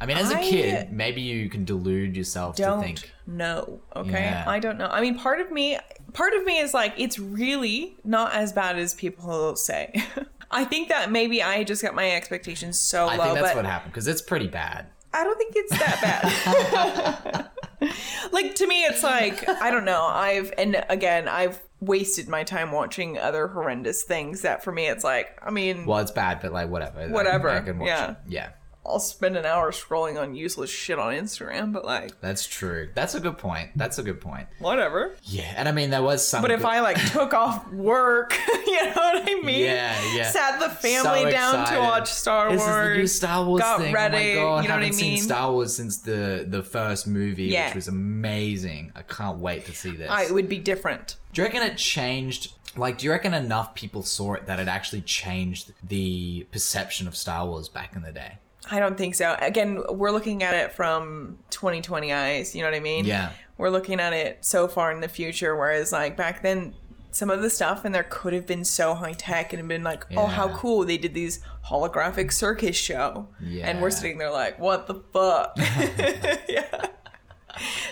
[SPEAKER 2] I mean, as a
[SPEAKER 3] I
[SPEAKER 2] kid, maybe you can delude yourself to
[SPEAKER 3] Don't
[SPEAKER 2] think.
[SPEAKER 3] know. Okay,
[SPEAKER 2] Yeah.
[SPEAKER 3] I don't know. I mean, part of me, part of me is like, it's really not as bad as people say. I think that maybe I just got my expectations so
[SPEAKER 2] I
[SPEAKER 3] low.
[SPEAKER 2] think that's
[SPEAKER 3] but
[SPEAKER 2] what happened because it's pretty bad.
[SPEAKER 3] I don't think it's that bad. like to me, it's like I don't know. I've and again, I've wasted my time watching other horrendous things. That for me, it's like I mean,
[SPEAKER 2] Well, it's bad, but like whatever. I-
[SPEAKER 3] Whatever,
[SPEAKER 2] I can watch
[SPEAKER 3] yeah.
[SPEAKER 2] it. Yeah,
[SPEAKER 3] I'll spend an hour scrolling on useless shit on Instagram, but like
[SPEAKER 2] that's true. That's a good point. That's a good point.
[SPEAKER 3] whatever.
[SPEAKER 2] Yeah, and I mean there was some.
[SPEAKER 3] But if
[SPEAKER 2] good-
[SPEAKER 3] I like took off work, you know what I mean?
[SPEAKER 2] Yeah, Yeah.
[SPEAKER 3] Sat the family
[SPEAKER 2] So
[SPEAKER 3] down to
[SPEAKER 2] excited.
[SPEAKER 3] watch Star Wars.
[SPEAKER 2] This is the new Star Wars
[SPEAKER 3] got
[SPEAKER 2] thing.
[SPEAKER 3] ready.
[SPEAKER 2] Oh my God.
[SPEAKER 3] You know
[SPEAKER 2] haven't
[SPEAKER 3] what I mean?
[SPEAKER 2] seen Star Wars since the the first movie,
[SPEAKER 3] Yeah.
[SPEAKER 2] which was amazing. I can't wait to see this.
[SPEAKER 3] Ah, it would be different.
[SPEAKER 2] Do you reckon it changed? Like, do you reckon enough people saw it that it actually changed the perception of Star Wars back in the day?
[SPEAKER 3] I don't think so. Again, we're looking at it from 2020 eyes. You know what I mean?
[SPEAKER 2] Yeah.
[SPEAKER 3] We're looking at it so far in the future, whereas like back then, some of the stuff in there could have been so high tech and have been like, oh, how
[SPEAKER 2] Yeah.
[SPEAKER 3] cool they did these holographic circus show, and
[SPEAKER 2] Yeah.
[SPEAKER 3] we're sitting there like, what the fuck? Yeah.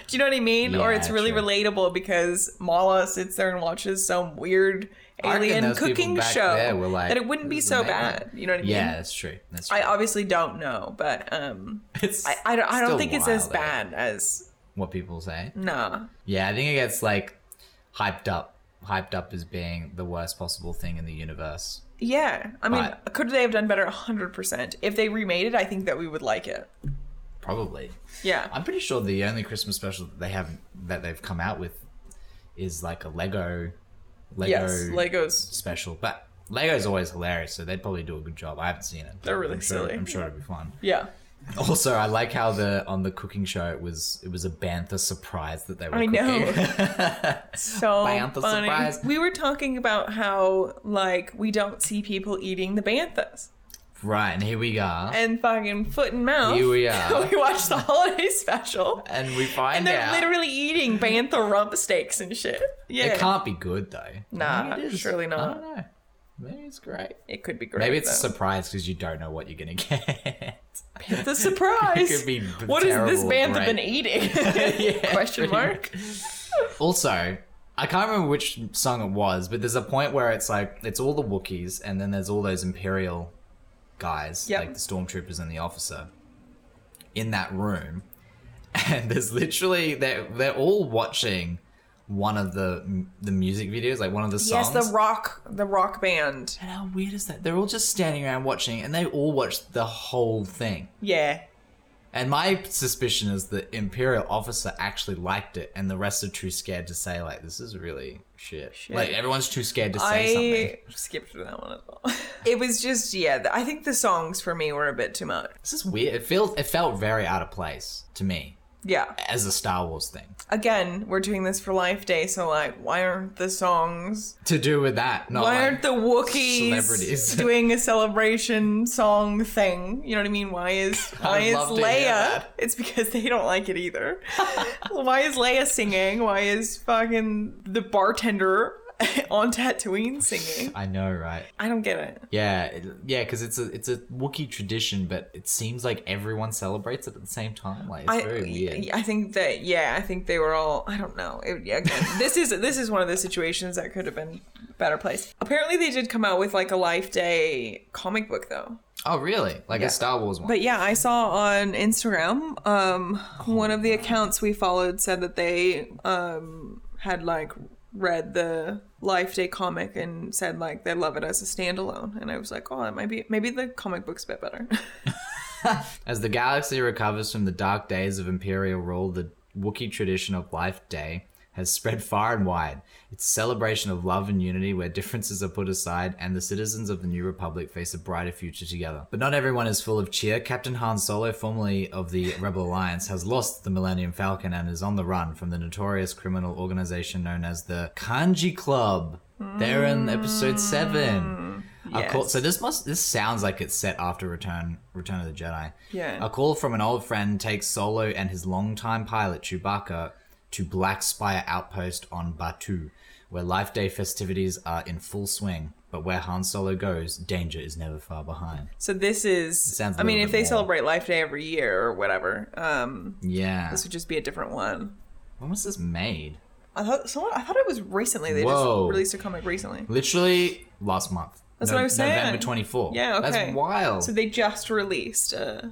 [SPEAKER 3] Do you know what I mean? or
[SPEAKER 2] Yeah,
[SPEAKER 3] it's really
[SPEAKER 2] true.
[SPEAKER 3] relatable because Mala sits there and watches some weird
[SPEAKER 2] I reckon
[SPEAKER 3] alien
[SPEAKER 2] those people
[SPEAKER 3] cooking
[SPEAKER 2] back
[SPEAKER 3] show
[SPEAKER 2] there were like,
[SPEAKER 3] that it wouldn't be
[SPEAKER 2] "This is
[SPEAKER 3] so
[SPEAKER 2] amazing."
[SPEAKER 3] bad. You know what I mean?
[SPEAKER 2] Yeah, that's true. That's true.
[SPEAKER 3] I obviously don't know, but um,
[SPEAKER 2] It's
[SPEAKER 3] I, I don't, I
[SPEAKER 2] still
[SPEAKER 3] don't think it's as
[SPEAKER 2] wild, eh?
[SPEAKER 3] bad as
[SPEAKER 2] what people say.
[SPEAKER 3] nah.
[SPEAKER 2] Yeah, I think it gets like hyped up, hyped up as being the worst possible thing in the universe.
[SPEAKER 3] Yeah, I mean,
[SPEAKER 2] But-
[SPEAKER 3] could they have done better? hundred percent. If they remade it, I think that we would like it.
[SPEAKER 2] Probably.
[SPEAKER 3] Yeah,
[SPEAKER 2] I'm pretty sure the only Christmas special that they have that they've come out with is like a Lego, Lego
[SPEAKER 3] Yes, Legos.
[SPEAKER 2] special. But Lego's always hilarious, so they'd probably do a good job. I haven't seen it.
[SPEAKER 3] They're really
[SPEAKER 2] I'm sure,
[SPEAKER 3] silly.
[SPEAKER 2] I'm sure it'd be fun.
[SPEAKER 3] yeah.
[SPEAKER 2] Also, I like how the on the cooking show it was it was a bantha surprise that they were
[SPEAKER 3] I
[SPEAKER 2] cooking.
[SPEAKER 3] know. So
[SPEAKER 2] Bantha
[SPEAKER 3] funny.
[SPEAKER 2] surprise.
[SPEAKER 3] We were talking about how like we don't see people eating the banthas
[SPEAKER 2] right, and here we are.
[SPEAKER 3] and fucking foot and mouth.
[SPEAKER 2] Here we are.
[SPEAKER 3] we watched the holiday special,
[SPEAKER 2] And we find
[SPEAKER 3] and they're
[SPEAKER 2] out
[SPEAKER 3] literally eating bantha rump steaks and shit. Yeah,
[SPEAKER 2] it can't be good though.
[SPEAKER 3] Nah,
[SPEAKER 2] Maybe it is.
[SPEAKER 3] surely
[SPEAKER 2] I
[SPEAKER 3] not.
[SPEAKER 2] don't know. Maybe it's great.
[SPEAKER 3] It could be great.
[SPEAKER 2] Maybe it's a
[SPEAKER 3] though.
[SPEAKER 2] surprise because you don't know what you're gonna get.
[SPEAKER 3] the surprise.
[SPEAKER 2] It could be b-
[SPEAKER 3] what has this
[SPEAKER 2] terrible,
[SPEAKER 3] bantha
[SPEAKER 2] great.
[SPEAKER 3] been eating?
[SPEAKER 2] Yeah,
[SPEAKER 3] Question
[SPEAKER 2] pretty
[SPEAKER 3] mark.
[SPEAKER 2] also, I can't remember which song it was, but there's a point where it's like it's all the Wookiees, and then there's all those Imperial guys,
[SPEAKER 3] Yep.
[SPEAKER 2] like the stormtroopers and the officer, in that room, and there's literally they're they're all watching one of the the music videos, like one of the songs.
[SPEAKER 3] Yes, the rock, the rock band.
[SPEAKER 2] And how weird is that? They're all just standing around watching, and they all watched the whole thing.
[SPEAKER 3] Yeah,
[SPEAKER 2] And my suspicion is the Imperial officer actually liked it, and the rest are too scared to say like this is really shit. Like everyone's too scared to say
[SPEAKER 3] I
[SPEAKER 2] something.
[SPEAKER 3] skipped through that one as well. It was just yeah. th- I think the songs for me were a bit too much.
[SPEAKER 2] This is weird. It felt it felt very out of place to me
[SPEAKER 3] Yeah.
[SPEAKER 2] as a Star Wars thing.
[SPEAKER 3] Again, we're doing this for Life Day, so like, why aren't the songs?
[SPEAKER 2] To do with that, not
[SPEAKER 3] why
[SPEAKER 2] like,
[SPEAKER 3] aren't the Wookiees
[SPEAKER 2] Oh, celebrities.
[SPEAKER 3] doing a celebration song thing? You know what I mean? Why is why is
[SPEAKER 2] love to hear
[SPEAKER 3] Leia?
[SPEAKER 2] that.
[SPEAKER 3] It's because they don't like it either. why is Leia singing? Why is fucking the bartender on Tatooine singing?
[SPEAKER 2] I know, right?
[SPEAKER 3] I don't get it.
[SPEAKER 2] Yeah, it- yeah, because it's a it's a Wookiee tradition, but it seems like everyone celebrates it at the same time. Like it's
[SPEAKER 3] I,
[SPEAKER 2] very weird.
[SPEAKER 3] I think that yeah, I think they were all I don't know. It, yeah, again, this is this is one of the situations that could have been better placed. Apparently, they did come out with like a Life Day comic book though.
[SPEAKER 2] Oh, really? Like
[SPEAKER 3] Yeah.
[SPEAKER 2] a Star Wars one?
[SPEAKER 3] But yeah, I saw on Instagram um, one of the accounts we followed said that they um, had like read the Life Day comic and said like they love it as a standalone. And I was like, oh, that might be maybe the comic book's a bit better.
[SPEAKER 2] As the galaxy recovers from the dark days of Imperial rule, the Wookiee tradition of Life Day has spread far and wide. It's a celebration of love and unity where differences are put aside and the citizens of the New Republic face a brighter future together. But not everyone is full of cheer. Captain Han Solo, formerly of the Rebel Alliance, has lost the Millennium Falcon and is on the run from the notorious criminal organization known as the Kanji Club. They're in episode 7. A call-
[SPEAKER 3] yes.
[SPEAKER 2] so this must this sounds like it's set after Return Return of the Jedi.
[SPEAKER 3] Yeah.
[SPEAKER 2] A call from an old friend takes Solo and his longtime pilot Chewbacca to Black Spire outpost on Batu, where Life Day festivities are in full swing. But where Han Solo goes, danger is never far behind.
[SPEAKER 3] so this is.
[SPEAKER 2] sounds a
[SPEAKER 3] I mean,
[SPEAKER 2] little
[SPEAKER 3] if
[SPEAKER 2] bit
[SPEAKER 3] they
[SPEAKER 2] more-
[SPEAKER 3] celebrate Life Day every year or whatever, um,
[SPEAKER 2] Yeah.
[SPEAKER 3] this would just be a different one.
[SPEAKER 2] When was this made?
[SPEAKER 3] I thought someone. I thought it was recently. They
[SPEAKER 2] Whoa.
[SPEAKER 3] just released a comic recently.
[SPEAKER 2] Literally last month.
[SPEAKER 3] That's
[SPEAKER 2] No-
[SPEAKER 3] what I was saying.
[SPEAKER 2] November twenty four.
[SPEAKER 3] Yeah. Okay.
[SPEAKER 2] That's wild.
[SPEAKER 3] So they just released. Uh,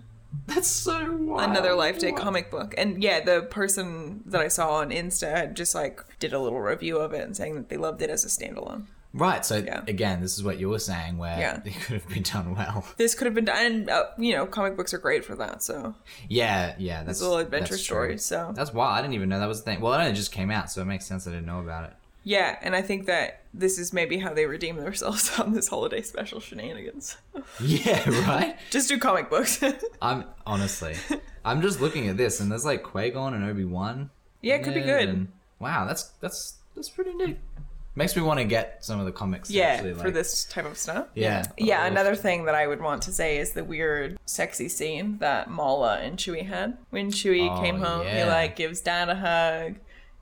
[SPEAKER 2] That's so wild.
[SPEAKER 3] another Life Day comic book. And yeah, the person that I saw on Insta had just like did a little review of it and saying that they loved it as a standalone.
[SPEAKER 2] Right. So again, this is what you were saying, where
[SPEAKER 3] Yeah.
[SPEAKER 2] it could have been done well.
[SPEAKER 3] This could have been done, and uh, you know, comic books are great for that. So
[SPEAKER 2] Yeah, yeah.
[SPEAKER 3] It's
[SPEAKER 2] That's
[SPEAKER 3] a little adventure
[SPEAKER 2] that's
[SPEAKER 3] story,
[SPEAKER 2] true.
[SPEAKER 3] so-
[SPEAKER 2] that's wild. I didn't even know that was a thing. Well, I know it just came out, so it makes sense. I didn't know about it.
[SPEAKER 3] Yeah, and I think that this is maybe how they redeem themselves on this holiday special shenanigans.
[SPEAKER 2] Yeah, right?
[SPEAKER 3] Just do comic books.
[SPEAKER 2] I'm honestly, I'm just looking at this, and there's like Qui-Gon and Obi-Wan.
[SPEAKER 3] Yeah, it
[SPEAKER 2] in
[SPEAKER 3] could be
[SPEAKER 2] there,
[SPEAKER 3] good.
[SPEAKER 2] and- wow, that's that's that's pretty neat. Makes me want to get some of the comics. to
[SPEAKER 3] yeah,
[SPEAKER 2] actually,
[SPEAKER 3] for
[SPEAKER 2] like-
[SPEAKER 3] this type of stuff.
[SPEAKER 2] Yeah.
[SPEAKER 3] Yeah,
[SPEAKER 2] Oh,
[SPEAKER 3] another thing that I would want to say is the weird, sexy scene that Mala and Chewie had. When Chewie
[SPEAKER 17] Oh,
[SPEAKER 3] came home, he
[SPEAKER 17] yeah.
[SPEAKER 3] like gives Dad a hug,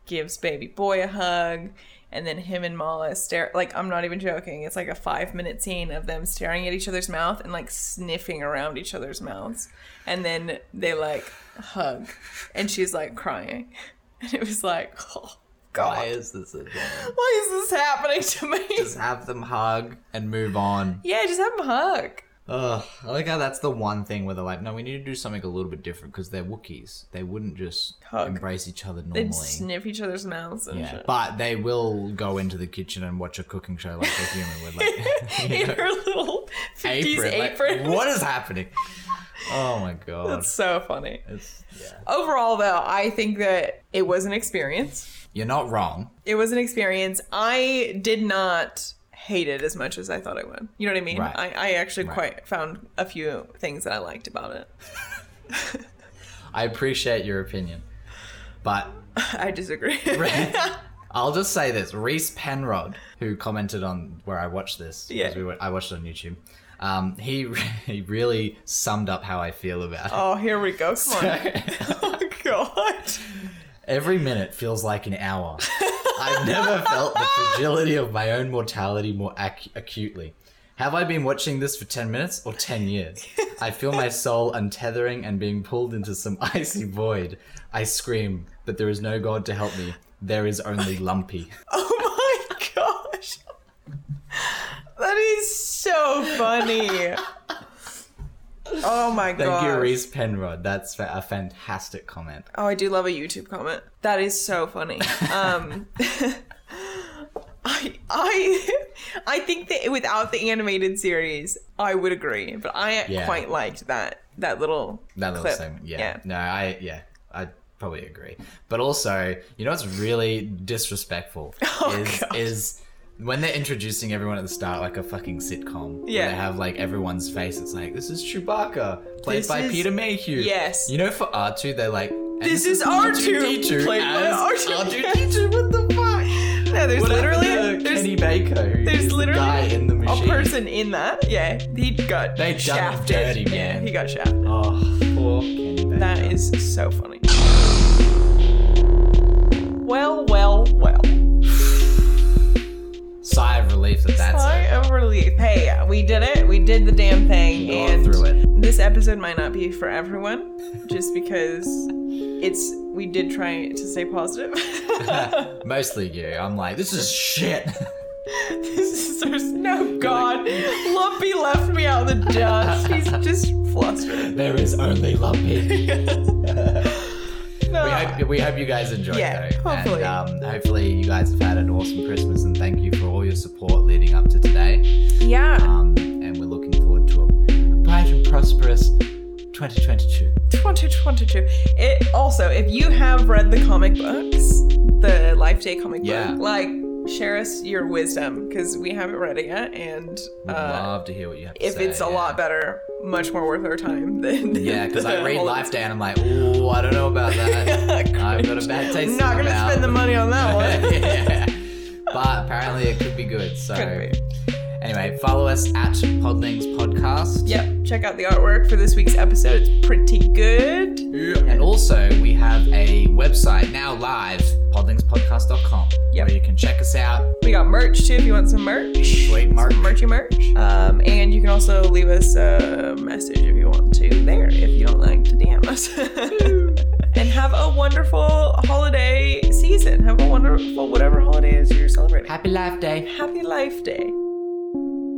[SPEAKER 3] gives baby boy a hug, and then him and Mala stare. Like I'm not even joking. It's like a five minute scene of them staring at each other's mouth and like sniffing around each other's mouths, and then they like hug, and she's like crying, and it was like, oh,
[SPEAKER 2] Why is this a thing?
[SPEAKER 3] why is this happening to me?
[SPEAKER 2] Just have them hug and move on.
[SPEAKER 3] Yeah, just have them hug.
[SPEAKER 2] Ugh, I like how that's the one thing where they're like, no, we need to do something a little bit different because they're Wookiees. They wouldn't just embrace each other normally.
[SPEAKER 3] They'd sniff each other's mouths and
[SPEAKER 2] Yeah,
[SPEAKER 3] shit.
[SPEAKER 2] but they will go into the kitchen and watch a cooking show like a human would. Like,
[SPEAKER 3] in her little 50s
[SPEAKER 2] apron,
[SPEAKER 3] apron.
[SPEAKER 2] like, what is happening? Oh my god.
[SPEAKER 3] That's so funny.
[SPEAKER 2] It's-
[SPEAKER 3] Overall, though, I think that it was an experience.
[SPEAKER 2] You're not wrong.
[SPEAKER 3] It was an experience. I did not hate it as much as I thought I would. You know what I mean?
[SPEAKER 2] Right.
[SPEAKER 3] I, I actually
[SPEAKER 2] Right.
[SPEAKER 3] quite found a few things that I liked about it.
[SPEAKER 2] I appreciate your opinion, but
[SPEAKER 3] I disagree.
[SPEAKER 2] I'll just say this: Reese Penrod, who commented on where I watched this, 'cause
[SPEAKER 3] Yeah.
[SPEAKER 2] we were, I watched it on YouTube. Um, he he really summed up how I feel about it.
[SPEAKER 3] oh, here we go. Come on. Oh,
[SPEAKER 2] Every minute feels like an hour. I've never felt the fragility of my own mortality more ac- acutely. Have I been watching this for 10 minutes or 10 years? I feel my soul untethering and being pulled into some icy void. I scream, but there is no God to help me. There is only Lumpy.
[SPEAKER 3] Oh my gosh. That is so funny. Oh my god.
[SPEAKER 2] Thank you, Reese Penrod. That's fa- a fantastic comment.
[SPEAKER 3] Oh, I do love a YouTube comment. That is so funny. Um, I, I, I think that without the animated series, I would agree. But I
[SPEAKER 2] Yeah.
[SPEAKER 3] quite liked that that little
[SPEAKER 2] That little
[SPEAKER 3] clip.
[SPEAKER 2] segment, yeah. No, I yeah, I probably agree. But also, you know what's really disrespectful
[SPEAKER 3] Oh,
[SPEAKER 2] is is when they're introducing everyone at the start like a fucking sitcom. where
[SPEAKER 3] Yeah.
[SPEAKER 2] They have like everyone's face. It's like this is Chewbacca, played
[SPEAKER 3] This
[SPEAKER 2] by
[SPEAKER 3] is-
[SPEAKER 2] Peter Mayhew.
[SPEAKER 3] Yes.
[SPEAKER 2] You know, for R two, they're like. and
[SPEAKER 3] This is R2,
[SPEAKER 2] R2D2
[SPEAKER 3] played by
[SPEAKER 2] as
[SPEAKER 3] R2.
[SPEAKER 2] R2D2. What the fuck?
[SPEAKER 3] No, there's
[SPEAKER 2] What happened
[SPEAKER 3] literally
[SPEAKER 2] to
[SPEAKER 3] there's
[SPEAKER 2] Kenny Baker. Who
[SPEAKER 3] there's
[SPEAKER 2] is the
[SPEAKER 3] literally
[SPEAKER 2] guy in the
[SPEAKER 3] a
[SPEAKER 2] machine.
[SPEAKER 3] person in that. Yeah, he got
[SPEAKER 2] They done him
[SPEAKER 3] shafted.
[SPEAKER 2] dirty, man.
[SPEAKER 3] Yeah, he got shafted.
[SPEAKER 2] Oh, poor Kenny Baker.
[SPEAKER 3] That is so funny. Well, well, well.
[SPEAKER 2] Sigh of relief that that's
[SPEAKER 3] Sigh of relief. Hey, we did it. We did the damn thing.
[SPEAKER 2] Got
[SPEAKER 3] and
[SPEAKER 2] through it.
[SPEAKER 3] this episode might not be for everyone, just because it's we did try to stay positive.
[SPEAKER 2] Mostly you. I'm like, this is shit.
[SPEAKER 3] This is- There's no God. Lumpy left me out in the dust. He's just flustered.
[SPEAKER 2] There is only Lumpy.
[SPEAKER 3] No.
[SPEAKER 2] We hope, we hope you guys enjoyed
[SPEAKER 3] Yeah,
[SPEAKER 2] though.
[SPEAKER 3] hopefully.
[SPEAKER 2] And um, hopefully you guys have had an awesome Christmas and thank you for all your support leading up to today.
[SPEAKER 3] Yeah.
[SPEAKER 2] Um, and we're looking forward to a, a bright and prosperous 2022.
[SPEAKER 3] 2022. It also, if you have read the comic books, the Life Day comic
[SPEAKER 2] Yeah.
[SPEAKER 3] book, like share us your wisdom because we haven't read it yet, and
[SPEAKER 2] We'd
[SPEAKER 3] uh,
[SPEAKER 2] love to hear what you have to
[SPEAKER 3] if
[SPEAKER 2] say.
[SPEAKER 3] it's a
[SPEAKER 2] yeah.
[SPEAKER 3] lot better, much more worth our time than, than
[SPEAKER 2] Yeah, because I
[SPEAKER 3] the
[SPEAKER 2] read
[SPEAKER 3] whole-
[SPEAKER 2] Life Uh, Day and I'm like, ooh, I don't know about that. I've got a bad taste.
[SPEAKER 3] I'm not
[SPEAKER 2] in
[SPEAKER 3] gonna
[SPEAKER 2] my mouth.
[SPEAKER 3] spend the money on that one.
[SPEAKER 2] yeah. But apparently it could be good. So
[SPEAKER 3] Could
[SPEAKER 2] anyway, follow us at Podlings Podcast.
[SPEAKER 3] Yep. Check out the artwork for this week's episode. It's pretty good.
[SPEAKER 2] And also we have a website now live, podlingspodcast.com.
[SPEAKER 3] Yep.
[SPEAKER 2] Where you can check us out.
[SPEAKER 3] We got merch too if you want some merch.
[SPEAKER 2] Sweet merch.
[SPEAKER 3] Some merchy merch. Um, and you can also leave us a message if you want to there if you don't like to DM us. and have a wonderful holiday season. Have a wonderful whatever holiday is you're celebrating.
[SPEAKER 2] Happy Life Day.
[SPEAKER 3] Happy Life Day.